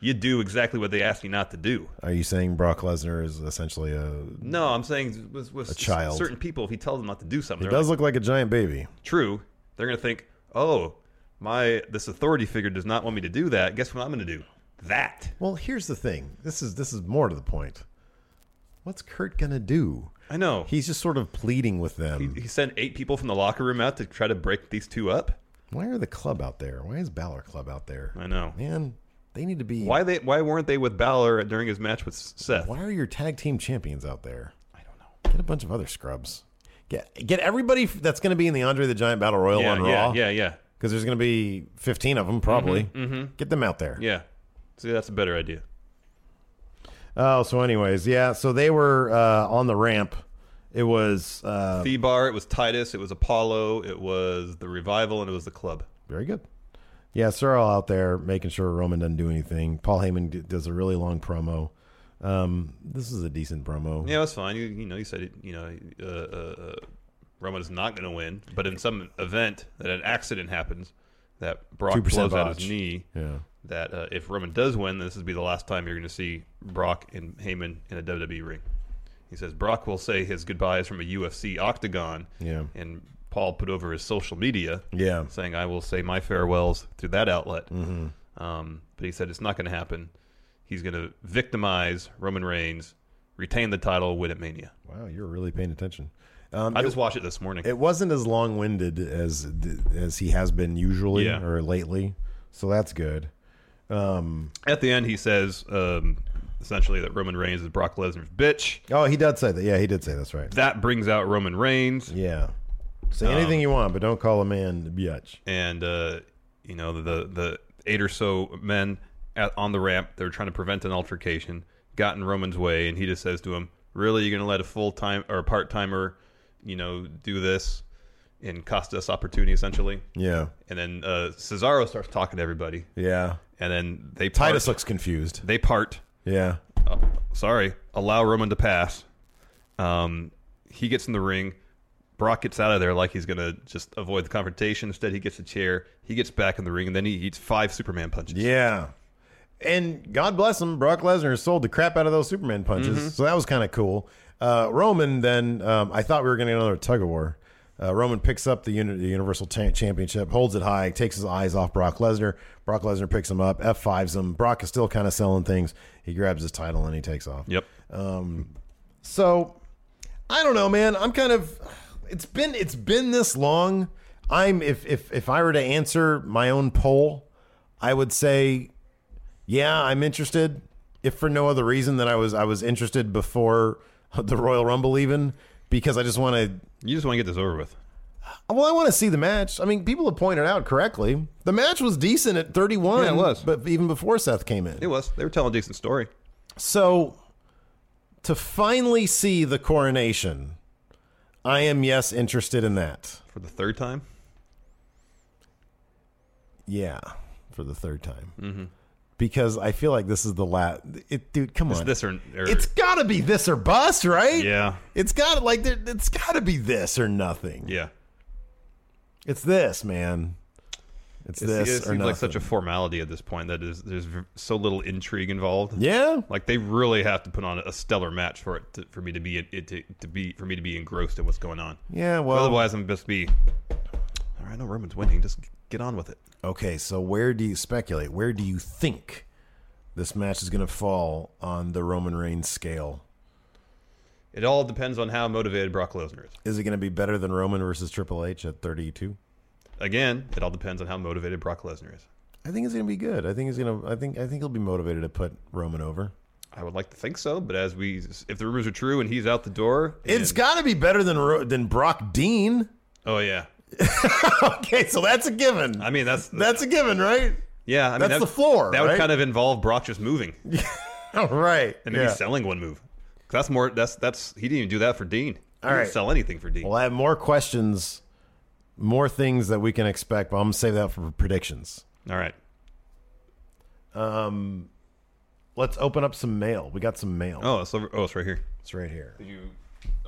[SPEAKER 3] You do exactly what they ask you not to do.
[SPEAKER 1] Are you saying Brock Lesnar is essentially a?
[SPEAKER 3] No, I'm saying with, with
[SPEAKER 1] A child.
[SPEAKER 3] certain people, if you tell them not to do something,
[SPEAKER 1] He
[SPEAKER 3] they're
[SPEAKER 1] does look like a giant baby.
[SPEAKER 3] like, true. They're gonna think, oh, my this authority figure does not want me to do that. Guess what I'm gonna do? That.
[SPEAKER 1] Well, here's the thing. This is this is more to the point. What's Kurt gonna do?
[SPEAKER 3] I know.
[SPEAKER 1] He's just sort of pleading with
[SPEAKER 3] he,
[SPEAKER 1] them.
[SPEAKER 3] he sent eight people from the locker room out to try to break these two up.
[SPEAKER 1] Why are the club out there? Why is Balor Club out there?
[SPEAKER 3] I know.
[SPEAKER 1] Man, they need to be.
[SPEAKER 3] Why they? Why weren't they with Balor during his match with Seth?
[SPEAKER 1] Why are your tag team champions out there? I don't know. Get a bunch of other scrubs. Get get everybody f- that's going to be in the Andre the Giant Battle Royal
[SPEAKER 3] Yeah,
[SPEAKER 1] on
[SPEAKER 3] yeah,
[SPEAKER 1] Raw.
[SPEAKER 3] yeah, yeah,
[SPEAKER 1] Because there's going to be 15 of them probably. Get them out there.
[SPEAKER 3] mm-hmm. yeah. See, that's a better idea.
[SPEAKER 1] Oh, so anyways, yeah. So they were uh, on the ramp. It was uh,
[SPEAKER 3] The bar. It was Titus. It was Apollo. It was the revival, and it was the club.
[SPEAKER 1] very good. Yeah, Cyril out there making sure Roman doesn't do anything. Paul Heyman d- does a really long promo. Um, this is a decent promo.
[SPEAKER 3] Yeah, that's fine. You, you know, you said it, you know uh, uh, uh, Roman is not going to win, but in some event that an accident happens, that Brock
[SPEAKER 1] 2%
[SPEAKER 3] blows out
[SPEAKER 1] botch.
[SPEAKER 3] his knee.
[SPEAKER 1] Yeah.
[SPEAKER 3] That uh, if Roman does win, this would be the last time you're going to see Brock and Heyman in a WWE ring. He says Brock will say his goodbyes from a UFC octagon.
[SPEAKER 1] Yeah.
[SPEAKER 3] And Paul put over his social media.
[SPEAKER 1] Yeah. Mm-hmm.
[SPEAKER 3] Saying I will say my farewells through that outlet. Um, but he said it's not going to happen. He's going to victimize Roman Reigns, retain the title, win at Mania.
[SPEAKER 1] Wow, you're really paying attention. Um,
[SPEAKER 3] I
[SPEAKER 1] it-
[SPEAKER 3] just watched it this morning.
[SPEAKER 1] it wasn't as long winded as th- as he has been usually
[SPEAKER 3] Yeah.
[SPEAKER 1] or lately, so that's good.
[SPEAKER 3] At the end, he says um, essentially that Roman Reigns is Brock Lesnar's bitch.
[SPEAKER 1] Oh, he did say that. Yeah, he did say that's right.
[SPEAKER 3] That brings out Roman Reigns,
[SPEAKER 1] Yeah, say anything you want, but don't call a man a biatch.
[SPEAKER 3] and uh, you know the the eight or so men at, on the ramp. They're trying to prevent an altercation. Got in Roman's way, and he just says to him, "Really, you're going to let a full time or a part timer, you know, do this and cost us opportunity essentially?"
[SPEAKER 1] Yeah,
[SPEAKER 3] And then uh, Cesaro starts talking to everybody,
[SPEAKER 1] yeah.
[SPEAKER 3] and then they part,
[SPEAKER 1] Titus looks confused.
[SPEAKER 3] they part.
[SPEAKER 1] Yeah,
[SPEAKER 3] sorry, allow Roman to pass. Um, he gets in the ring. Brock gets out of there like he's gonna just avoid the confrontation. Instead, he gets a chair. He gets back in the ring, and then he eats five Superman punches.
[SPEAKER 1] yeah. And God bless him, Brock Lesnar sold the crap out of those Superman punches, so that was kind of cool. Uh, Roman then, um, I thought we were going to get another tug of war. Uh, Roman picks up the, uni- the Universal Cha- Championship, holds it high, takes his eyes off Brock Lesnar. Brock Lesnar picks him up, F5s him. Brock is still kind of selling things. He grabs his title and he takes off.
[SPEAKER 3] Yep.
[SPEAKER 1] So I don't know, man. I'm kind of it's been it's been this long. I'm if if if I were to answer my own poll, I would say yeah, I'm interested. If for no other reason than I was I was interested before the Royal Rumble even because I just want to
[SPEAKER 3] You just want to get this over with.
[SPEAKER 1] well, I want to see the match. I mean, people have pointed out correctly. The match was decent at 31.
[SPEAKER 3] Yeah, it was.
[SPEAKER 1] But even before Seth came in.
[SPEAKER 3] It was. They were telling a decent story.
[SPEAKER 1] So, to finally see the coronation, I am yes interested in that.
[SPEAKER 3] For the third time?
[SPEAKER 1] Yeah, for the third time. Mm-hmm. Because I feel like this is the last. It, dude, come
[SPEAKER 3] It's
[SPEAKER 1] on.
[SPEAKER 3] this or, or
[SPEAKER 1] it's got to be this or bust, right?
[SPEAKER 3] Yeah.
[SPEAKER 1] It's got like there- it's got to be this or nothing.
[SPEAKER 3] Yeah.
[SPEAKER 1] It's this, man. It's,
[SPEAKER 3] It's-
[SPEAKER 1] this
[SPEAKER 3] it
[SPEAKER 1] or
[SPEAKER 3] seems
[SPEAKER 1] nothing.
[SPEAKER 3] like such a formality at this point that is there's v- so little intrigue involved.
[SPEAKER 1] yeah.
[SPEAKER 3] Like they really have to put on a stellar match for it to, for me to be it to, to be for me to be engrossed in what's going on.
[SPEAKER 1] Yeah, well-
[SPEAKER 3] otherwise I'm just be. All right, no Roman's winning. Just get on with it.
[SPEAKER 1] Okay, so where do you speculate? Where do you think this match is going to fall on the Roman Reigns scale?
[SPEAKER 3] It all depends on how motivated Brock Lesnar is.
[SPEAKER 1] Is it going to be better than Roman versus Triple H at 32?
[SPEAKER 3] Again, it all depends on how motivated Brock Lesnar is.
[SPEAKER 1] I think it's going to be good. I think he's going to. I think. I think he'll be motivated to put Roman over.
[SPEAKER 3] I would like to think so, but as we, if the rumors are true and he's out the door,
[SPEAKER 1] It's
[SPEAKER 3] and-
[SPEAKER 1] got to be better than Ro- than Brock Dean.
[SPEAKER 3] Oh yeah,
[SPEAKER 1] Okay, so that's a given.
[SPEAKER 3] I mean that's
[SPEAKER 1] that's a given, right?
[SPEAKER 3] yeah. I mean,
[SPEAKER 1] that's
[SPEAKER 3] that-
[SPEAKER 1] the floor,
[SPEAKER 3] That would
[SPEAKER 1] right?
[SPEAKER 3] kind of involve Brock just moving and
[SPEAKER 1] All right.
[SPEAKER 3] maybe
[SPEAKER 1] yeah.
[SPEAKER 3] selling one move. 'Cause That's more. That's that's he didn't even do that for Dean. He
[SPEAKER 1] All
[SPEAKER 3] didn't
[SPEAKER 1] right.
[SPEAKER 3] sell anything for Dean.
[SPEAKER 1] Well, I have more questions, more things that we can expect, but I'm going to save that for predictions.
[SPEAKER 3] All right.
[SPEAKER 1] Let's open up some mail. We got some mail.
[SPEAKER 3] Oh, it's over, oh, it's right here.
[SPEAKER 1] It's right here.
[SPEAKER 3] You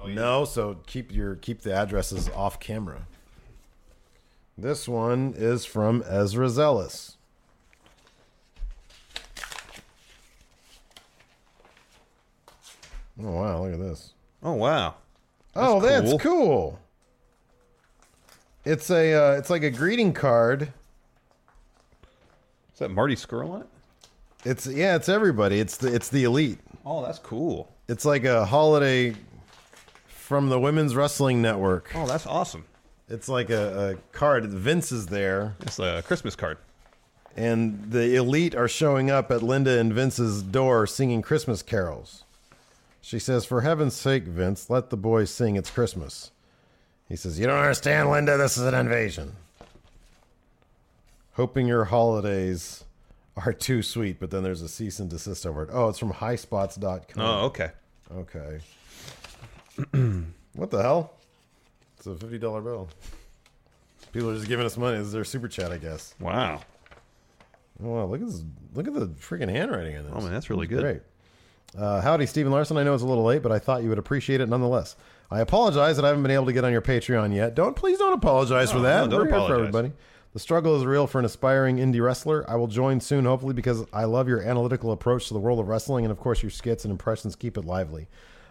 [SPEAKER 1] No, so keep your keep the addresses off camera. This one is from Ezra Zealous. Oh wow, look at this.
[SPEAKER 3] Oh wow.
[SPEAKER 1] oh,
[SPEAKER 3] cool.
[SPEAKER 1] that's cool. It's a uh, it's like a greeting card.
[SPEAKER 3] Is that Marty Skrull on it?
[SPEAKER 1] It's yeah, it's everybody. It's the it's the elite.
[SPEAKER 3] Oh, that's cool.
[SPEAKER 1] It's like a holiday from the Women's Wrestling Network.
[SPEAKER 3] Oh, that's awesome.
[SPEAKER 1] It's like a, a card. Vince is there.
[SPEAKER 3] It's a uh, Christmas card.
[SPEAKER 1] and the elite are showing up at Linda and Vince's door singing Christmas carols. She says, For heaven's sake, Vince, let the boys sing It's Christmas. He says, You don't understand, Linda, this is an invasion. Hoping your holidays are too sweet, but then there's a cease and desist over it. Oh, it's from highspots.com.
[SPEAKER 3] Oh, okay.
[SPEAKER 1] Okay. what the hell? It's a $50 bill. People are just giving us money. This is their super chat, I guess.
[SPEAKER 3] Wow.
[SPEAKER 1] Wow, look at this! Look at the freaking handwriting on this.
[SPEAKER 3] Oh man, that's really good.
[SPEAKER 1] Great. Uh, howdy, Stephen Larson. I know it's a little late, but I thought you would appreciate it nonetheless. I apologize that I haven't been able to get on your Patreon yet. Don't please don't apologize for
[SPEAKER 3] No,
[SPEAKER 1] that.
[SPEAKER 3] no, don't
[SPEAKER 1] We're here for
[SPEAKER 3] apologize.
[SPEAKER 1] everybody. The struggle is real for an aspiring indie wrestler. I will join soon, hopefully, because I love your analytical approach to the world of wrestling, and of course, your skits and impressions keep it lively.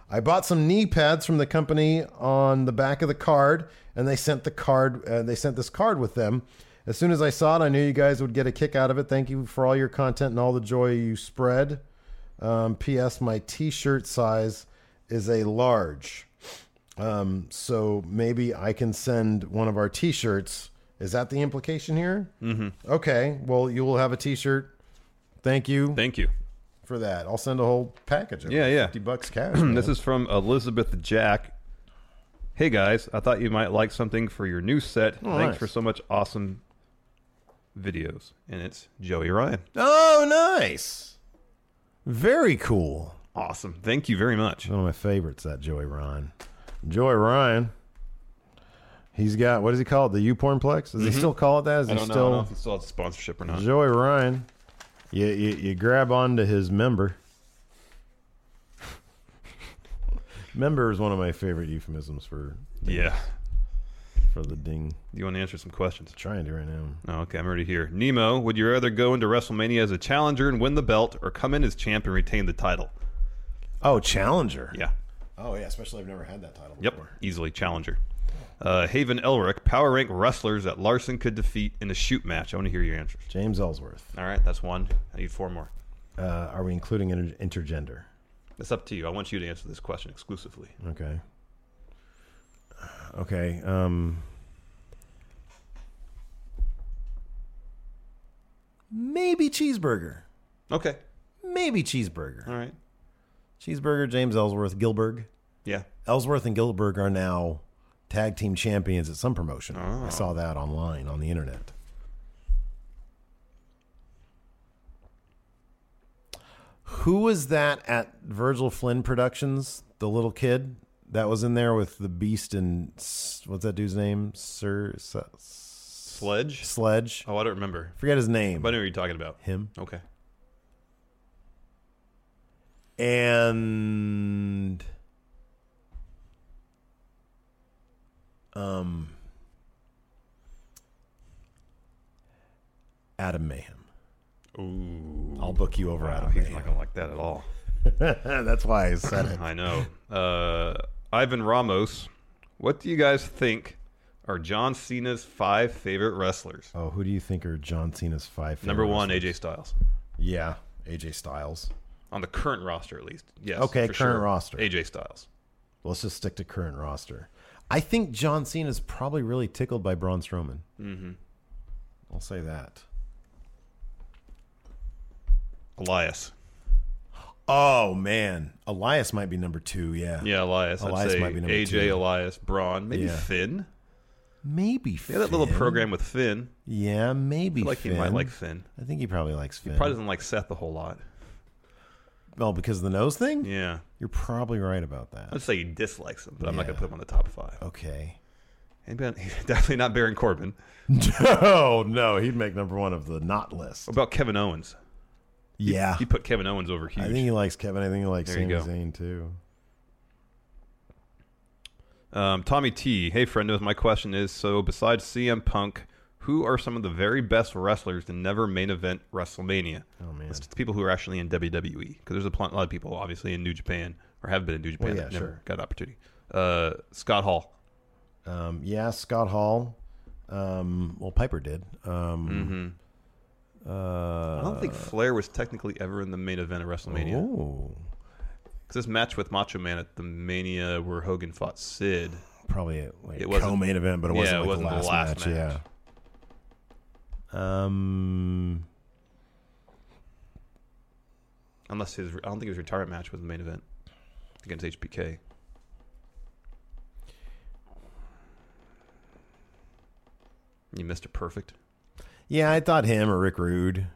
[SPEAKER 1] I bought some knee pads from the company on the back of the card, and they sent the card. Uh, they sent this card with them. As soon as I saw it, I knew you guys would get a kick out of it. Thank you for all your content and all the joy you spread. Um, P.S. My T-shirt size is a large. Um, so maybe I can send one of our T-shirts. Is that the implication here? Mm-hmm. Okay. Well, you will have a T-shirt. Thank you
[SPEAKER 3] Thank you.
[SPEAKER 1] for that. I'll send a whole package. Of it.
[SPEAKER 3] Yeah, yeah.
[SPEAKER 1] Fifty bucks cash.
[SPEAKER 3] Mm, This is from Elizabeth Jack. Hey guys, I thought you might like something for your new set. Thanks
[SPEAKER 1] Oh, nice.
[SPEAKER 3] for so much awesome videos. And it's Joey Ryan.
[SPEAKER 1] oh, nice. Very cool.
[SPEAKER 3] Awesome. Thank you very much.
[SPEAKER 1] One of my favorites. That Joey Ryan. Joey Ryan. He's got what does he call it? The U Pornplex? Does he still call it that? Is
[SPEAKER 3] Mm-hmm. I
[SPEAKER 1] he
[SPEAKER 3] don't, know, I
[SPEAKER 1] still
[SPEAKER 3] don't know if he still has a sponsorship or not.
[SPEAKER 1] Joey Ryan, you, you you grab onto his member. member is one of my favorite euphemisms for
[SPEAKER 3] Yeah.
[SPEAKER 1] for the ding.
[SPEAKER 3] Do you want to answer some questions?
[SPEAKER 1] trying to right now.
[SPEAKER 3] Oh, okay, I'm already here. Nemo, would you rather go into WrestleMania as a challenger and win the belt, or come in as champ and retain the title?
[SPEAKER 1] Oh, challenger.
[SPEAKER 3] Yeah.
[SPEAKER 1] Oh yeah, especially I've never had that title.
[SPEAKER 3] Yep,
[SPEAKER 1] before.
[SPEAKER 3] easily challenger. Uh, Haven Elric, power rank wrestlers that Larson could defeat in a shoot match. I want to hear your answers.
[SPEAKER 1] James Ellsworth.
[SPEAKER 3] All right, that's one. I need four more.
[SPEAKER 1] Uh, are we including inter- intergender?
[SPEAKER 3] It's up to you. I want you to answer this question exclusively.
[SPEAKER 1] Okay. Okay. Um. Maybe cheeseburger.
[SPEAKER 3] Okay.
[SPEAKER 1] Maybe cheeseburger.
[SPEAKER 3] All right.
[SPEAKER 1] Cheeseburger. James Ellsworth. Gilberg.
[SPEAKER 3] Yeah.
[SPEAKER 1] Ellsworth and Gilberg are now tag team champions at some promotion. I saw that online on the internet. Who was that at Virgil Flynn Productions? The little kid that was in there with the Beast and S- what's that dude's name? Sir S-
[SPEAKER 3] Sledge.
[SPEAKER 1] Sledge.
[SPEAKER 3] Oh, I don't remember.
[SPEAKER 1] Forget his name.
[SPEAKER 3] But I know what you're talking about.
[SPEAKER 1] him
[SPEAKER 3] Okay.
[SPEAKER 1] and um Adam Mayhem.
[SPEAKER 3] Ooh.
[SPEAKER 1] I'll book you over Adam
[SPEAKER 3] He's not
[SPEAKER 1] Mayhem.
[SPEAKER 3] gonna like that at all.
[SPEAKER 1] That's why I said it.
[SPEAKER 3] I know. Uh, Ivan Ramos. What do you guys think are John Cena's five favorite wrestlers?
[SPEAKER 1] Oh, who do you think are John Cena's five? favorite
[SPEAKER 3] Number one,
[SPEAKER 1] wrestlers?
[SPEAKER 3] AJ Styles.
[SPEAKER 1] Yeah, AJ Styles.
[SPEAKER 3] On the current roster, at least. Yes.
[SPEAKER 1] Okay,
[SPEAKER 3] for
[SPEAKER 1] current
[SPEAKER 3] sure.
[SPEAKER 1] roster.
[SPEAKER 3] AJ Styles.
[SPEAKER 1] Let's just stick to current roster. I think John Cena's probably really tickled by Braun Strowman. Mm-hmm. I'll say that.
[SPEAKER 3] Elias.
[SPEAKER 1] Oh man, Elias might be number two. Yeah,
[SPEAKER 3] Yeah, Elias.
[SPEAKER 1] Elias
[SPEAKER 3] I'd say
[SPEAKER 1] might be number
[SPEAKER 3] AJ,
[SPEAKER 1] two.
[SPEAKER 3] Elias, Braun, maybe
[SPEAKER 1] Yeah.
[SPEAKER 3] Finn.
[SPEAKER 1] maybe.
[SPEAKER 3] They had that little
[SPEAKER 1] Finn.
[SPEAKER 3] program with Finn.
[SPEAKER 1] Yeah, maybe.
[SPEAKER 3] I feel like
[SPEAKER 1] Finn.
[SPEAKER 3] he might like Finn.
[SPEAKER 1] I think he probably likes Finn.
[SPEAKER 3] Probably doesn't like Seth a whole lot.
[SPEAKER 1] well, because of the nose thing.
[SPEAKER 3] Yeah.
[SPEAKER 1] You're probably right about
[SPEAKER 3] I'd
[SPEAKER 1] that.
[SPEAKER 3] say he dislikes him, but I'm not going
[SPEAKER 1] Yeah.
[SPEAKER 3] to put him on the top five.
[SPEAKER 1] Okay.
[SPEAKER 3] And Ben- he's definitely not Baron Corbin.
[SPEAKER 1] No, Oh, no, he'd make number one of the not list.
[SPEAKER 3] What about Kevin Owens?
[SPEAKER 1] Yeah,
[SPEAKER 3] He put Kevin Owens over huge.
[SPEAKER 1] I think he likes Kevin. I think he likes
[SPEAKER 3] There you
[SPEAKER 1] Sami
[SPEAKER 3] go.
[SPEAKER 1] Zayn too.
[SPEAKER 3] um, Tommy T. Hey, friendos. My question is: So, besides CM Punk, who are some of the very best wrestlers to never main event WrestleMania?
[SPEAKER 1] Oh man.
[SPEAKER 3] It's the people who are actually in WWE because there's a pl- lot of people obviously in New Japan or have been in New Japan
[SPEAKER 1] Well, yeah,
[SPEAKER 3] that never
[SPEAKER 1] sure.
[SPEAKER 3] got an opportunity. Uh, Scott Hall.
[SPEAKER 1] Um, yeah, Scott Hall. Um, well, Piper did. Um,
[SPEAKER 3] Mm-hmm.
[SPEAKER 1] uh,
[SPEAKER 3] I don't think Flair was technically ever in the main event of WrestleMania
[SPEAKER 1] Oh,
[SPEAKER 3] because this match with Macho Man at the Mania where Hogan fought Sid.
[SPEAKER 1] probably a like,
[SPEAKER 3] It wasn't-
[SPEAKER 1] co-main event, but it
[SPEAKER 3] Yeah,
[SPEAKER 1] wasn't
[SPEAKER 3] it
[SPEAKER 1] like
[SPEAKER 3] wasn't
[SPEAKER 1] the,
[SPEAKER 3] the
[SPEAKER 1] last match.
[SPEAKER 3] last match.
[SPEAKER 1] Yeah. Um.
[SPEAKER 3] Unless his, I don't think his retirement match was the main event against HBK. You missed a perfect.
[SPEAKER 1] Yeah, I thought him or Rick Rude.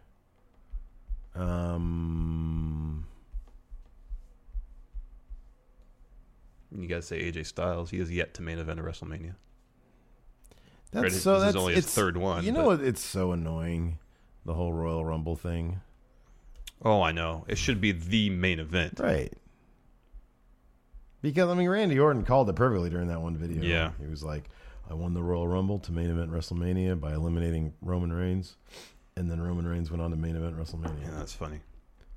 [SPEAKER 1] Um,
[SPEAKER 3] You guys say AJ Styles. He is yet to main event at WrestleMania.
[SPEAKER 1] that's
[SPEAKER 3] Right,
[SPEAKER 1] so.
[SPEAKER 3] this is
[SPEAKER 1] that's
[SPEAKER 3] only his
[SPEAKER 1] it's-
[SPEAKER 3] third one,
[SPEAKER 1] You know
[SPEAKER 3] but-
[SPEAKER 1] what? It's so annoying, the whole Royal Rumble thing.
[SPEAKER 3] Oh, I know. It should be the main event.
[SPEAKER 1] Right. Because I mean, Randy Orton called it perfectly during that one video.
[SPEAKER 3] Yeah.
[SPEAKER 1] he was like, "I won the Royal Rumble to main event WrestleMania by eliminating Roman Reigns." And then Roman Reigns went on to main event WrestleMania.
[SPEAKER 3] Yeah, that's funny.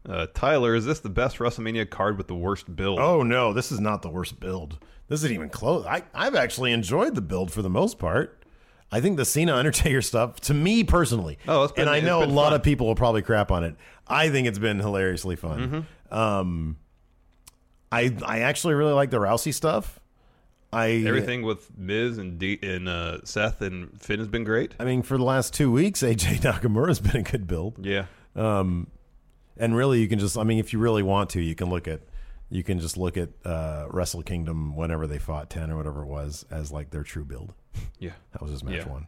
[SPEAKER 3] Uh, Tyler, is this the best WrestleMania card with the worst build?
[SPEAKER 1] Oh no, this is not the worst build. This isn't even close. I, I've actually enjoyed the build for the most part. I think the Cena Undertaker stuff, to me personally,
[SPEAKER 3] Oh, it's been-
[SPEAKER 1] and I
[SPEAKER 3] it's
[SPEAKER 1] know a
[SPEAKER 3] been
[SPEAKER 1] lot
[SPEAKER 3] fun.
[SPEAKER 1] of people will probably crap on it. I think it's been hilariously fun.
[SPEAKER 3] Mm-hmm.
[SPEAKER 1] Um, I I actually really like the Rousey stuff. I
[SPEAKER 3] Everything with Miz and D- and uh, Seth and Finn has been great.
[SPEAKER 1] I mean, for the last two weeks, AJ Nakamura's been a good build.
[SPEAKER 3] Yeah.
[SPEAKER 1] and really you can just i mean if you really want to you can look at you can just look at uh, wrestle kingdom whenever they fought 10 or whatever it was as like their true build
[SPEAKER 3] Yeah.
[SPEAKER 1] that was his match
[SPEAKER 3] Yeah.
[SPEAKER 1] one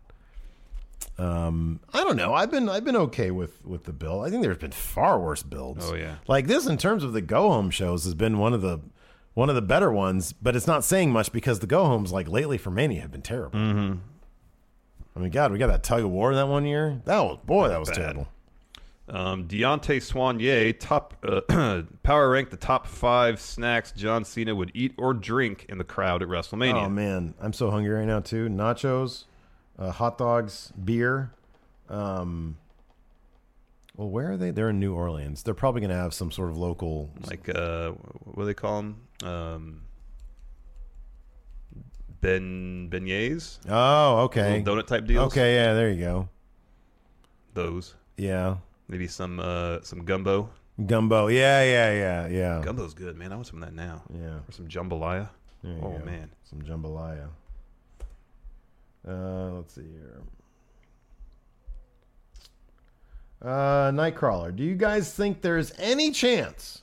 [SPEAKER 1] um i don't know i've been i've been okay with with the build i think there's been far worse builds
[SPEAKER 3] Oh, yeah.
[SPEAKER 1] like this in terms of the go home shows has been one of the one of the better ones but it's not saying much because the go homes like lately for mania have been terrible
[SPEAKER 3] Mm-hmm.
[SPEAKER 1] i mean god we got that tug of war that one year that was boy that was
[SPEAKER 3] Bad.
[SPEAKER 1] terrible
[SPEAKER 3] Um, Deontay Soignier, top uh, power rank the top five snacks John Cena would eat or drink in the crowd at WrestleMania.
[SPEAKER 1] Oh man, I'm so hungry right now too. Nachos, uh, hot dogs, beer. Um, well, where are they? They're in New Orleans. They're probably going to have some sort of local.
[SPEAKER 3] Like uh, what do they call them? Um, ben beignets,
[SPEAKER 1] Oh, okay.
[SPEAKER 3] little donut type deals.
[SPEAKER 1] Okay, yeah, there you go.
[SPEAKER 3] those.
[SPEAKER 1] Yeah.
[SPEAKER 3] Maybe some uh, some gumbo.
[SPEAKER 1] Gumbo. Yeah, yeah, yeah, yeah.
[SPEAKER 3] Gumbo's good, man. I want some of that now.
[SPEAKER 1] Yeah.
[SPEAKER 3] Or some jambalaya.
[SPEAKER 1] There you
[SPEAKER 3] Oh
[SPEAKER 1] go.
[SPEAKER 3] man,
[SPEAKER 1] Some jambalaya. Uh, let's see here. Uh, Nightcrawler, do you guys think there's any chance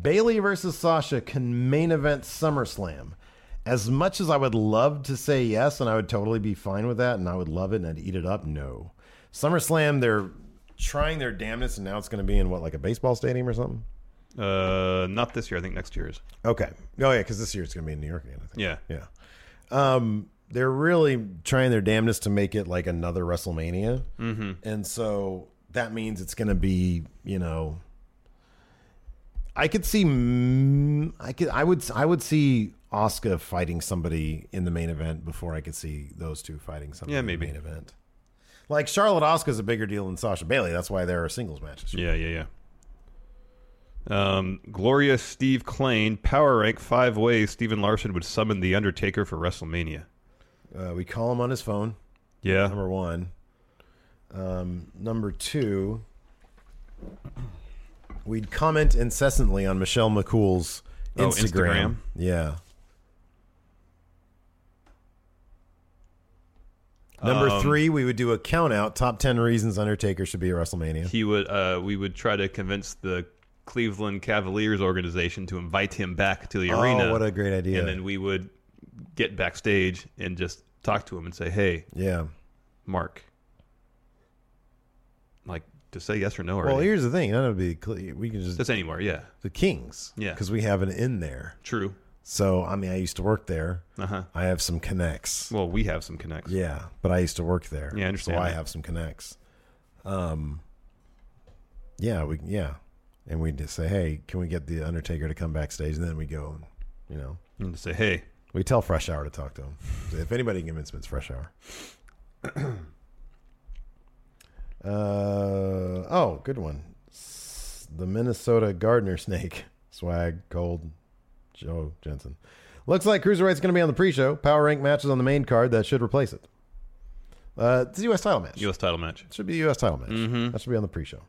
[SPEAKER 1] Bailey versus Sasha can main event SummerSlam? As much as I would love to say yes, and I would totally be fine with that, and I would love it and I'd eat it up, no. SummerSlam, they're trying their damnedest, and now it's going to be in what, like a baseball stadium or something?
[SPEAKER 3] uh, not this year. I think next year is.
[SPEAKER 1] Okay. Oh, yeah, because this year it's going to be in New York again, I think.
[SPEAKER 3] Yeah,
[SPEAKER 1] Yeah. Um, they're really trying their damnedest to make it like another WrestleMania. Mm-hmm. And so that means it's going to be, you know, I could see, mm, I could, I would, I would see Oscar fighting somebody in the main event before I could see those two fighting somebody
[SPEAKER 3] Yeah,
[SPEAKER 1] in the
[SPEAKER 3] maybe.
[SPEAKER 1] main event. Like Charlotte Oscar's a bigger deal than Sasha Bailey. That's why there are singles matches.
[SPEAKER 3] yeah, yeah, yeah. Um, Gloria Steve Klein power rank five ways Stephen Larson would summon the Undertaker for WrestleMania.
[SPEAKER 1] Uh, we call him on his phone.
[SPEAKER 3] Yeah,
[SPEAKER 1] Number one. Um, number two, we'd comment incessantly on Michelle McCool's
[SPEAKER 3] Oh,
[SPEAKER 1] Instagram.
[SPEAKER 3] Instagram.
[SPEAKER 1] Yeah. Number
[SPEAKER 3] Um,
[SPEAKER 1] three, we would do a count out top 10 reasons Undertaker should be at WrestleMania.
[SPEAKER 3] he would. Uh, we would try to convince the Cleveland Cavaliers organization to invite him back to the
[SPEAKER 1] Oh,
[SPEAKER 3] arena.
[SPEAKER 1] what a great idea.
[SPEAKER 3] And then we would get backstage and just talk to him and say, "Hey,
[SPEAKER 1] Yeah.
[SPEAKER 3] Mark, like, just say yes or no." Already.
[SPEAKER 1] Well, here's the thing. That would be, cle- we can just,
[SPEAKER 3] just anywhere. Yeah,
[SPEAKER 1] the Kings.
[SPEAKER 3] Yeah.
[SPEAKER 1] Because we have an in there.
[SPEAKER 3] true.
[SPEAKER 1] So, I mean, I used to work there.
[SPEAKER 3] Uh huh.
[SPEAKER 1] I have some connects.
[SPEAKER 3] Well, we have some connects.
[SPEAKER 1] Yeah, but I used to work there.
[SPEAKER 3] Yeah, I understand
[SPEAKER 1] So I
[SPEAKER 3] that.
[SPEAKER 1] have some connects. Um, yeah, we yeah, and we just say, hey, can we get the Undertaker to come backstage? And then we go, and, you know,
[SPEAKER 3] And say, hey,
[SPEAKER 1] we tell Fresh Hour to talk to him. if anybody can convince him, it's Fresh Hour. uh oh, good one. S- The Minnesota gardener snake swag gold Joe Jensen. Looks like Cruiserweight's going to be on the pre-show. Power rank matches on the main card that should replace it. Uh, it's a U.S. title match.
[SPEAKER 3] U.S. title match.
[SPEAKER 1] Should be a U.S. title match.
[SPEAKER 3] Mm-hmm.
[SPEAKER 1] That should be on the pre-show.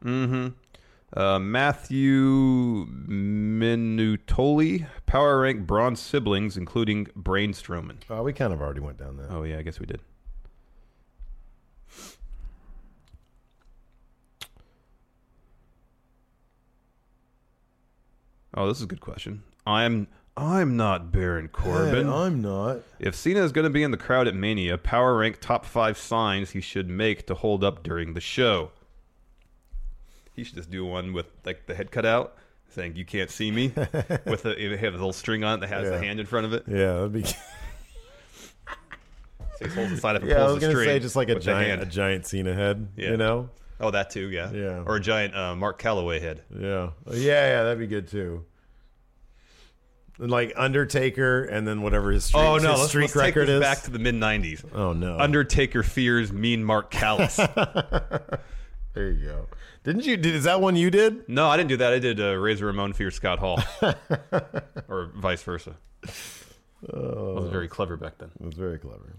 [SPEAKER 3] Uh, Matthew Minutoli, power rank bronze siblings, including Braun Strowman.
[SPEAKER 1] Uh, we kind of already went down that.
[SPEAKER 3] Oh yeah, I guess we did. Oh, this is a good question. I'm I'm not Baron Corbin.
[SPEAKER 1] I'm not.
[SPEAKER 3] If Cena is going to be in the crowd at Mania, power rank top five signs he should make to hold up during the show. He should just do one with like the head cut out, saying "You can't see me," with a, it have a little string on it that has
[SPEAKER 1] Yeah.
[SPEAKER 3] the hand in front of it.
[SPEAKER 1] Yeah, that'd be.
[SPEAKER 3] So he holds the side up and
[SPEAKER 1] yeah, I
[SPEAKER 3] pulls
[SPEAKER 1] was
[SPEAKER 3] the
[SPEAKER 1] gonna
[SPEAKER 3] string.
[SPEAKER 1] say just like a
[SPEAKER 3] with the
[SPEAKER 1] giant, a
[SPEAKER 3] hand.
[SPEAKER 1] giant Cena head.
[SPEAKER 3] Yeah.
[SPEAKER 1] You know,
[SPEAKER 3] Oh, that too, yeah.
[SPEAKER 1] Yeah.
[SPEAKER 3] Or a giant uh, Mark Calloway head.
[SPEAKER 1] Yeah. Yeah, yeah, that'd be good too. And like Undertaker and then whatever his street,
[SPEAKER 3] oh no,
[SPEAKER 1] his
[SPEAKER 3] let's,
[SPEAKER 1] streak
[SPEAKER 3] let's
[SPEAKER 1] record
[SPEAKER 3] take this
[SPEAKER 1] is.
[SPEAKER 3] back to the mid '90s.
[SPEAKER 1] oh no.
[SPEAKER 3] Undertaker fears mean Mark Callis.
[SPEAKER 1] there you go. Didn't you did is that one you did?
[SPEAKER 3] no, I didn't do that. I did uh, Razor Ramon fears Scott Hall, or vice versa. I
[SPEAKER 1] Oh.
[SPEAKER 3] was very clever back then.
[SPEAKER 1] That's very clever.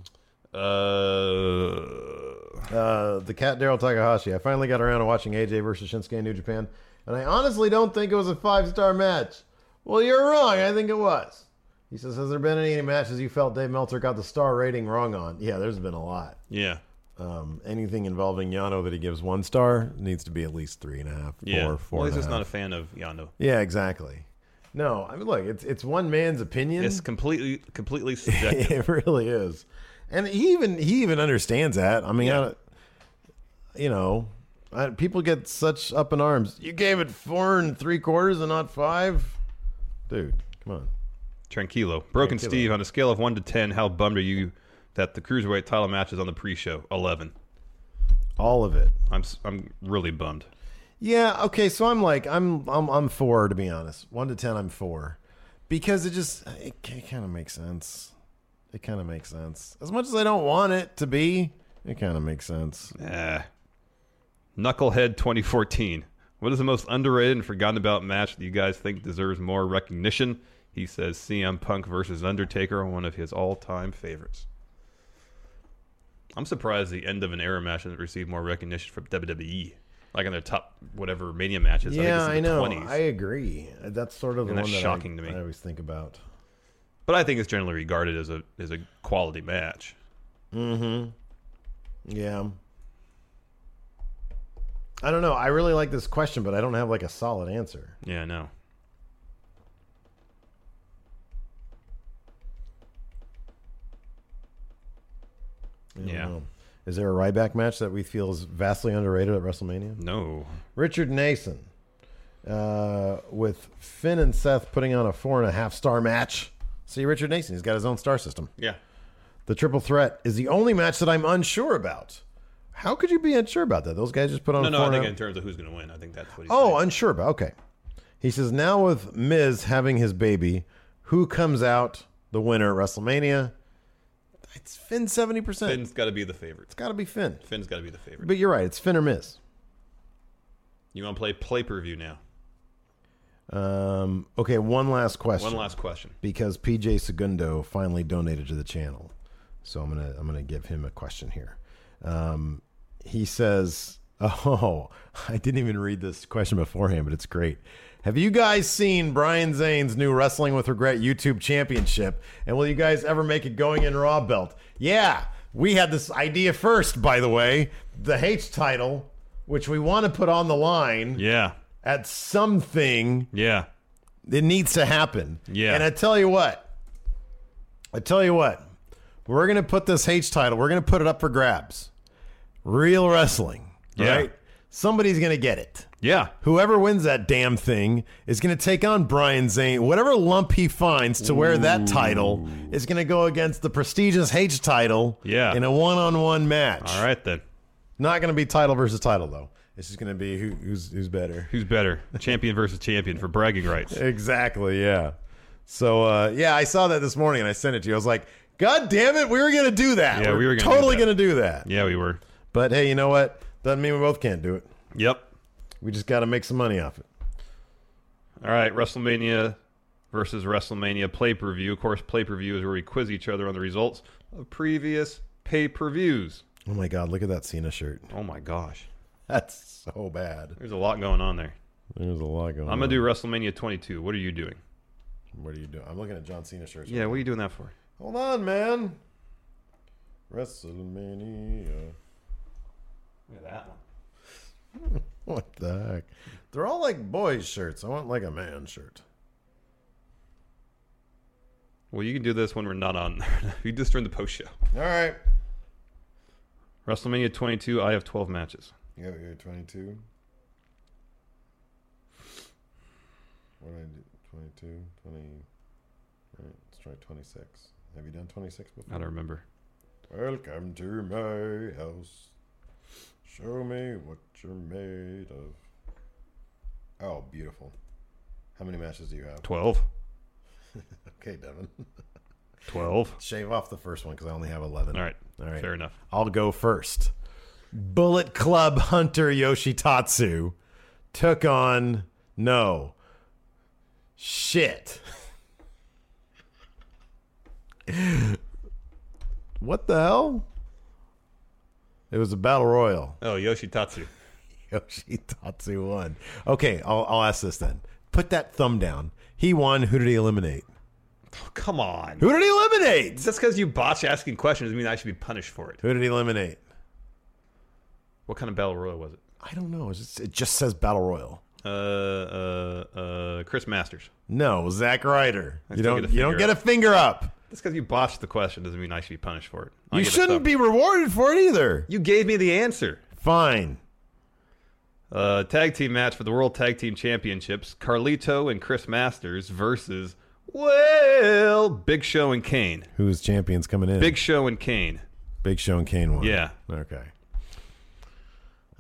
[SPEAKER 3] Uh,
[SPEAKER 1] Uh, the cat Daryl Takahashi. I finally got around to watching AJ versus Shinsuke in New Japan, and I honestly don't think it was a five star match. Well, you're wrong. I think it was. He says, "Has there been any matches you felt Dave Meltzer got the star rating wrong on?" Yeah, there's been a lot.
[SPEAKER 3] yeah,
[SPEAKER 1] Um, anything involving Yano that he gives one star needs to be at least three and a half, four,
[SPEAKER 3] yeah.
[SPEAKER 1] four
[SPEAKER 3] well,
[SPEAKER 1] and
[SPEAKER 3] he's
[SPEAKER 1] a
[SPEAKER 3] just not a
[SPEAKER 1] half.
[SPEAKER 3] fan of Yano.
[SPEAKER 1] yeah, exactly. No, I mean, look, it's it's one man's opinion.
[SPEAKER 3] It's completely, completely subjective.
[SPEAKER 1] it really is, and he even he even understands that. I mean, I don't- you know, I, people get such up in arms. You gave it four and three quarters and not five, dude. Come on.
[SPEAKER 3] Tranquilo. Broken
[SPEAKER 1] Tranquilo.
[SPEAKER 3] Steve, on a scale of 1 to 10, how bummed are you that the Cruiserweight title match is on the pre show? 11.
[SPEAKER 1] All of it.
[SPEAKER 3] I'm, s- I'm really bummed.
[SPEAKER 1] Yeah. Okay. So I'm like, I'm, I'm, I'm four to be honest. One to ten, I'm four, because it just, it, kind of makes sense. It kind of makes sense. As much as I don't want it to be, it kind of makes sense.
[SPEAKER 3] Eh. Knucklehead 2014. What is the most underrated and forgotten about match that you guys think deserves more recognition? He says CM Punk versus Undertaker, one of his all-time favorites. I'm surprised the end of an era match hasn't received more recognition from WWE, like in their top whatever Mania matches.
[SPEAKER 1] yeah, I,
[SPEAKER 3] I, think it's in
[SPEAKER 1] know.
[SPEAKER 3] The 20s.
[SPEAKER 1] I agree. That's sort of the
[SPEAKER 3] And that's
[SPEAKER 1] one that I-
[SPEAKER 3] shocking to me.
[SPEAKER 1] I always think about.
[SPEAKER 3] but I think it's generally regarded as a as a quality match.
[SPEAKER 1] Yeah. I don't know. I really like this question, but I don't have like a solid answer.
[SPEAKER 3] Yeah, I know.
[SPEAKER 1] I don't
[SPEAKER 3] Yeah.
[SPEAKER 1] know. Is there a Ryback match that we feel is vastly underrated at WrestleMania?
[SPEAKER 3] No.
[SPEAKER 1] Richard Nason uh, with Finn and Seth putting on a four and a half star match. See, Richard Nason, he's got his own star system.
[SPEAKER 3] Yeah.
[SPEAKER 1] The triple threat is the only match that I'm unsure about. How could you be unsure about that? Those guys just put on
[SPEAKER 3] No,
[SPEAKER 1] a
[SPEAKER 3] no.
[SPEAKER 1] four
[SPEAKER 3] I
[SPEAKER 1] and a
[SPEAKER 3] think
[SPEAKER 1] half-
[SPEAKER 3] in terms of who's going to win, I think that's what. He's
[SPEAKER 1] Oh,
[SPEAKER 3] saying.
[SPEAKER 1] unsure about. Okay. He says now with Miz having his baby, who comes out the winner at WrestleMania? It's Finn seventy percent. It's
[SPEAKER 3] Finn's got to be the favorite.
[SPEAKER 1] got to be Finn.
[SPEAKER 3] Finn's got to be the favorite.
[SPEAKER 1] But you're right. It's Finn or Miz.
[SPEAKER 3] You want to play play per view now?
[SPEAKER 1] Um, okay. One last question.
[SPEAKER 3] One last question.
[SPEAKER 1] Because PJ Segundo finally donated to the channel, so I'm gonna I'm gonna give him a question here. Um, he says, "Oh, I didn't even read this question beforehand, but it's great. Have you guys seen Brian Zane's new Wrestling with Regret YouTube Championship? And will you guys ever make a Going in Raw belt? Yeah, we had this idea first, by the way. The H title, which we want to put on the line
[SPEAKER 3] Yeah.
[SPEAKER 1] at something."
[SPEAKER 3] Yeah.
[SPEAKER 1] It needs to happen.
[SPEAKER 3] Yeah.
[SPEAKER 1] And I tell you what, I tell you what, we're going to put this H title, we're going to put it up for grabs. Real wrestling.
[SPEAKER 3] Yeah.
[SPEAKER 1] Right? Somebody's going to get it.
[SPEAKER 3] Yeah.
[SPEAKER 1] Whoever wins that damn thing is going to take on Brian Zane. Whatever lump he finds to wear that title is going to go against the prestigious H title
[SPEAKER 3] Yeah.
[SPEAKER 1] in a one on one match.
[SPEAKER 3] All right then.
[SPEAKER 1] Not going to be title versus title, though. It's just going to be who, who's, who's better.
[SPEAKER 3] Who's better, champion versus champion for bragging rights?
[SPEAKER 1] Exactly, yeah. So uh, yeah, I saw that this morning and I sent it to you. I was like, God damn it, we were gonna do that.
[SPEAKER 3] Yeah, we were gonna do
[SPEAKER 1] totally
[SPEAKER 3] that.
[SPEAKER 1] gonna do that.
[SPEAKER 3] Yeah, we were.
[SPEAKER 1] But hey, you know what? Doesn't mean we both can't do it.
[SPEAKER 3] Yep.
[SPEAKER 1] We just gotta make some money off it.
[SPEAKER 3] All right, WrestleMania versus WrestleMania play per view. Of course, play per view is where we quiz each other on the results of previous pay per views.
[SPEAKER 1] Oh my god, look at that Cena shirt.
[SPEAKER 3] Oh my gosh,
[SPEAKER 1] That's so bad.
[SPEAKER 3] there's a lot going on there.
[SPEAKER 1] There's a lot going
[SPEAKER 3] I'm
[SPEAKER 1] on.
[SPEAKER 3] gonna do WrestleMania 22. What are you doing?
[SPEAKER 1] What are you doing? I'm looking at John Cena shirts.
[SPEAKER 3] Yeah, what are you doing that for?
[SPEAKER 1] Hold on, man. WrestleMania.
[SPEAKER 3] Look at that one.
[SPEAKER 1] What the heck? They're all like boys' shirts. I want like a man shirt.
[SPEAKER 3] Well, you can do this when we're not on. you just during the post show.
[SPEAKER 1] All right.
[SPEAKER 3] WrestleMania 22. I have 12 matches.
[SPEAKER 1] You got your 22. What did I do? 22, 20. All right, let's try 26. Have you done 26
[SPEAKER 3] I
[SPEAKER 1] before?
[SPEAKER 3] don't remember.
[SPEAKER 1] Welcome to my house. Show me what you're made of. Oh, beautiful. How many matches do you have?
[SPEAKER 3] 12.
[SPEAKER 1] Okay, Devin.
[SPEAKER 3] 12.
[SPEAKER 1] Shave off the first one because I only have 11.
[SPEAKER 3] All right.
[SPEAKER 1] All right.
[SPEAKER 3] Fair enough.
[SPEAKER 1] I'll go first. Bullet Club Hunter Yoshitatsu took on no shit. what the hell? It was a battle royal.
[SPEAKER 3] Oh, Yoshitatsu.
[SPEAKER 1] Yoshitatsu won. Okay, I'll, I'll ask this then. Put that thumb down. He won. Who did he eliminate?
[SPEAKER 3] Oh, come on.
[SPEAKER 1] Who did he eliminate?
[SPEAKER 3] Just because you botch asking questions doesn't mean I should be punished for it.
[SPEAKER 1] Who did he eliminate?
[SPEAKER 3] What kind of battle royal was it?
[SPEAKER 1] I don't know. It's just- It just says battle royal.
[SPEAKER 3] Uh, uh, uh, Chris Masters.
[SPEAKER 1] No, Zack Ryder.
[SPEAKER 3] I
[SPEAKER 1] You
[SPEAKER 3] still
[SPEAKER 1] don't.
[SPEAKER 3] get a
[SPEAKER 1] you don't
[SPEAKER 3] finger
[SPEAKER 1] get a
[SPEAKER 3] up.
[SPEAKER 1] finger up.
[SPEAKER 3] Just because you botched the question doesn't mean I should be punished for it. I
[SPEAKER 1] You
[SPEAKER 3] get a
[SPEAKER 1] shouldn't
[SPEAKER 3] thumb.
[SPEAKER 1] be rewarded for it either.
[SPEAKER 3] You gave me the answer.
[SPEAKER 1] Fine.
[SPEAKER 3] Uh, tag team match for the World Tag Team Championships: Carlito and Chris Masters versus well, Big Show and Kane.
[SPEAKER 1] Who's champions coming in?
[SPEAKER 3] Big Show and Kane.
[SPEAKER 1] Big Show and Kane won.
[SPEAKER 3] Yeah.
[SPEAKER 1] Okay.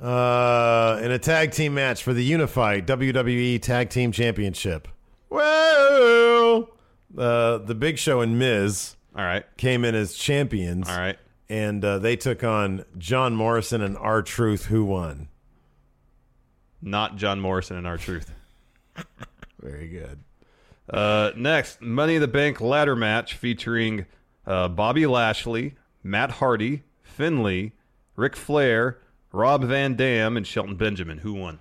[SPEAKER 1] Uh, in a tag team match for the Unified WWE Tag Team Championship. Well, uh, the Big Show and Miz
[SPEAKER 3] All right.
[SPEAKER 1] came in as champions.
[SPEAKER 3] All right.
[SPEAKER 1] And uh, they took on John Morrison and R Truth, who won.
[SPEAKER 3] Not John Morrison and our truth.
[SPEAKER 1] Very good.
[SPEAKER 3] Uh, next, Money in the Bank ladder match featuring uh, Bobby Lashley, Matt Hardy, Finley, Ric Flair, Rob Van Dam, and Shelton Benjamin. Who won?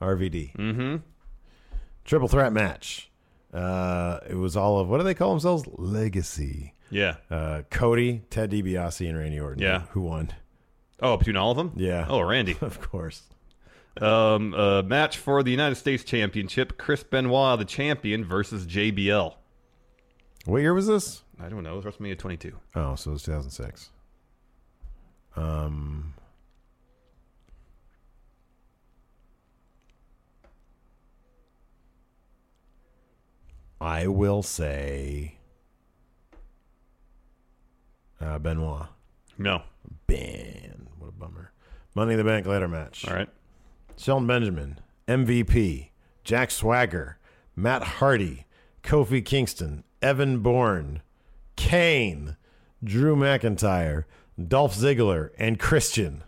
[SPEAKER 1] RVD. Mm-hmm. Triple threat match. Uh, it was all of what do they call themselves? Legacy.
[SPEAKER 3] Yeah.
[SPEAKER 1] Uh, Cody, Ted DiBiase, and Randy Orton.
[SPEAKER 3] Yeah.
[SPEAKER 1] Who won?
[SPEAKER 3] Oh, between all of them?
[SPEAKER 1] Yeah.
[SPEAKER 3] Oh, Randy.
[SPEAKER 1] Of course.
[SPEAKER 3] um, a match for the United States Championship. Chris Benoit, the champion, versus JBL.
[SPEAKER 1] What year was this?
[SPEAKER 3] I don't know. It was WrestleMania 22.
[SPEAKER 1] Oh, so it was 2006. Um, I will say uh, Benoit.
[SPEAKER 3] No.
[SPEAKER 1] Ben. What a bummer. Money in the Bank ladder match.
[SPEAKER 3] All right.
[SPEAKER 1] Shelton Benjamin, MVP, Jack Swagger, Matt Hardy, Kofi Kingston, Evan Bourne, Kane, Drew McIntyre, Dolph Ziggler, and Christian.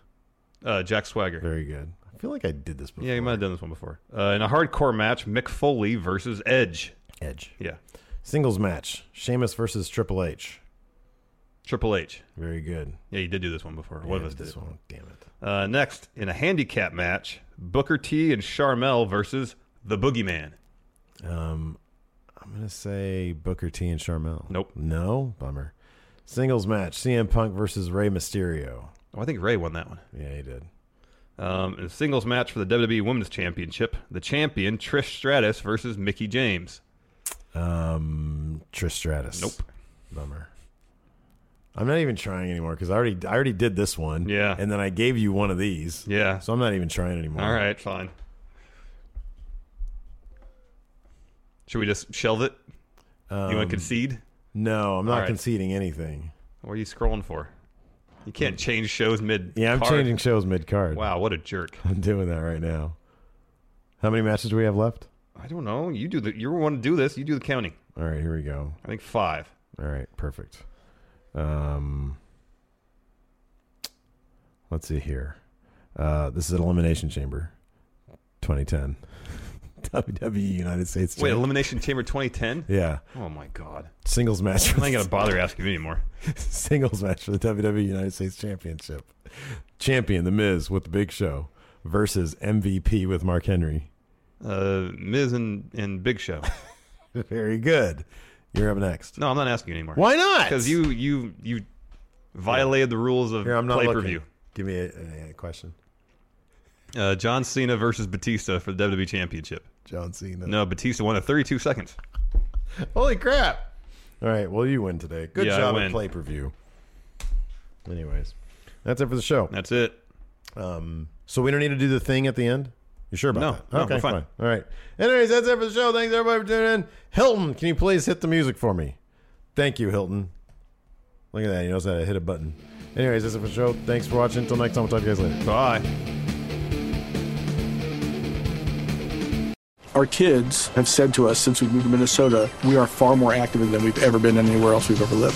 [SPEAKER 3] Uh, Jack Swagger.
[SPEAKER 1] Very good. I feel like I did this before.
[SPEAKER 3] Yeah, you might have done this one before. Uh, in a hardcore match, Mick Foley versus Edge.
[SPEAKER 1] Edge.
[SPEAKER 3] Yeah.
[SPEAKER 1] Singles match, Sheamus versus Triple H.
[SPEAKER 3] Triple H.
[SPEAKER 1] Very good.
[SPEAKER 3] Yeah, you did do this one before. One of
[SPEAKER 1] Yeah,
[SPEAKER 3] us did.
[SPEAKER 1] this
[SPEAKER 3] it.
[SPEAKER 1] one. Damn it.
[SPEAKER 3] Uh, next, in a handicap match, Booker T and Charmel versus the Boogeyman.
[SPEAKER 1] Um, I'm gonna say Booker T and Charmel.
[SPEAKER 3] Nope.
[SPEAKER 1] No, bummer. Singles match, CM Punk versus Rey Mysterio.
[SPEAKER 3] Oh, I think Ray won that one.
[SPEAKER 1] Yeah, he did.
[SPEAKER 3] Um, in a singles match for the WWE Women's Championship, the champion Trish Stratus versus Mickey James.
[SPEAKER 1] Um, Trish Stratus.
[SPEAKER 3] Nope.
[SPEAKER 1] Bummer. I'm not even trying anymore because I already I already did this one.
[SPEAKER 3] Yeah.
[SPEAKER 1] And then I gave you one of these.
[SPEAKER 3] Yeah.
[SPEAKER 1] So I'm not even trying anymore.
[SPEAKER 3] All right, fine. Should we just shelve it? you want to concede?
[SPEAKER 1] Um, No, I'm not
[SPEAKER 3] All right.
[SPEAKER 1] conceding anything.
[SPEAKER 3] What are you scrolling for? You can't change shows mid.
[SPEAKER 1] Yeah, I'm changing shows mid card.
[SPEAKER 3] Wow, what a jerk!
[SPEAKER 1] I'm doing that right now. How many matches do we have left?
[SPEAKER 3] I don't know. You do the. You want to do this? You do the counting.
[SPEAKER 1] All right, here we go.
[SPEAKER 3] I think five.
[SPEAKER 1] All right, perfect. Um, let's see here. Uh, this is an elimination chamber, 2010. WWE E United States.
[SPEAKER 3] Wait,
[SPEAKER 1] Champ-
[SPEAKER 3] Elimination Chamber 2010.
[SPEAKER 1] yeah,
[SPEAKER 3] Oh my god!
[SPEAKER 1] singles match.
[SPEAKER 3] I'm not gonna bother asking you anymore.
[SPEAKER 1] singles match for the WWE United States Championship. Champion The Miz with Big Show versus MVP with Mark Henry.
[SPEAKER 3] Uh, Miz and, and Big Show.
[SPEAKER 1] Very good. You're up next.
[SPEAKER 3] No, I'm not asking you anymore.
[SPEAKER 1] Why not?
[SPEAKER 3] Because you you you violated the rules of
[SPEAKER 1] Here, I'm not
[SPEAKER 3] play per
[SPEAKER 1] looking.
[SPEAKER 3] view.
[SPEAKER 1] Give me a, a question.
[SPEAKER 3] Uh, John Cena versus Batista for the WWE Championship.
[SPEAKER 1] John Cena.
[SPEAKER 3] No, Batista won in 32 seconds.
[SPEAKER 1] Holy crap! All right, well, you win today. Good
[SPEAKER 3] Yeah, I
[SPEAKER 1] job at
[SPEAKER 3] win.
[SPEAKER 1] play per view. Anyways, that's it for the show.
[SPEAKER 3] That's it.
[SPEAKER 1] Um, so we don't need to do the thing at the end. You sure about
[SPEAKER 3] No,
[SPEAKER 1] that?
[SPEAKER 3] no,
[SPEAKER 1] okay,
[SPEAKER 3] we're fine.
[SPEAKER 1] All right. Anyways, that's it for the show. Thanks everybody for tuning in. Hilton, can you please hit the music for me? Thank you, Hilton. Look at that. He knows how to hit a button. Anyways, that's it for the show. Thanks for watching. Until next time, we'll talk to you guys later.
[SPEAKER 3] Bye.
[SPEAKER 4] Our kids have said to us since we moved to Minnesota, we are far more active than we've ever been anywhere else we've ever lived.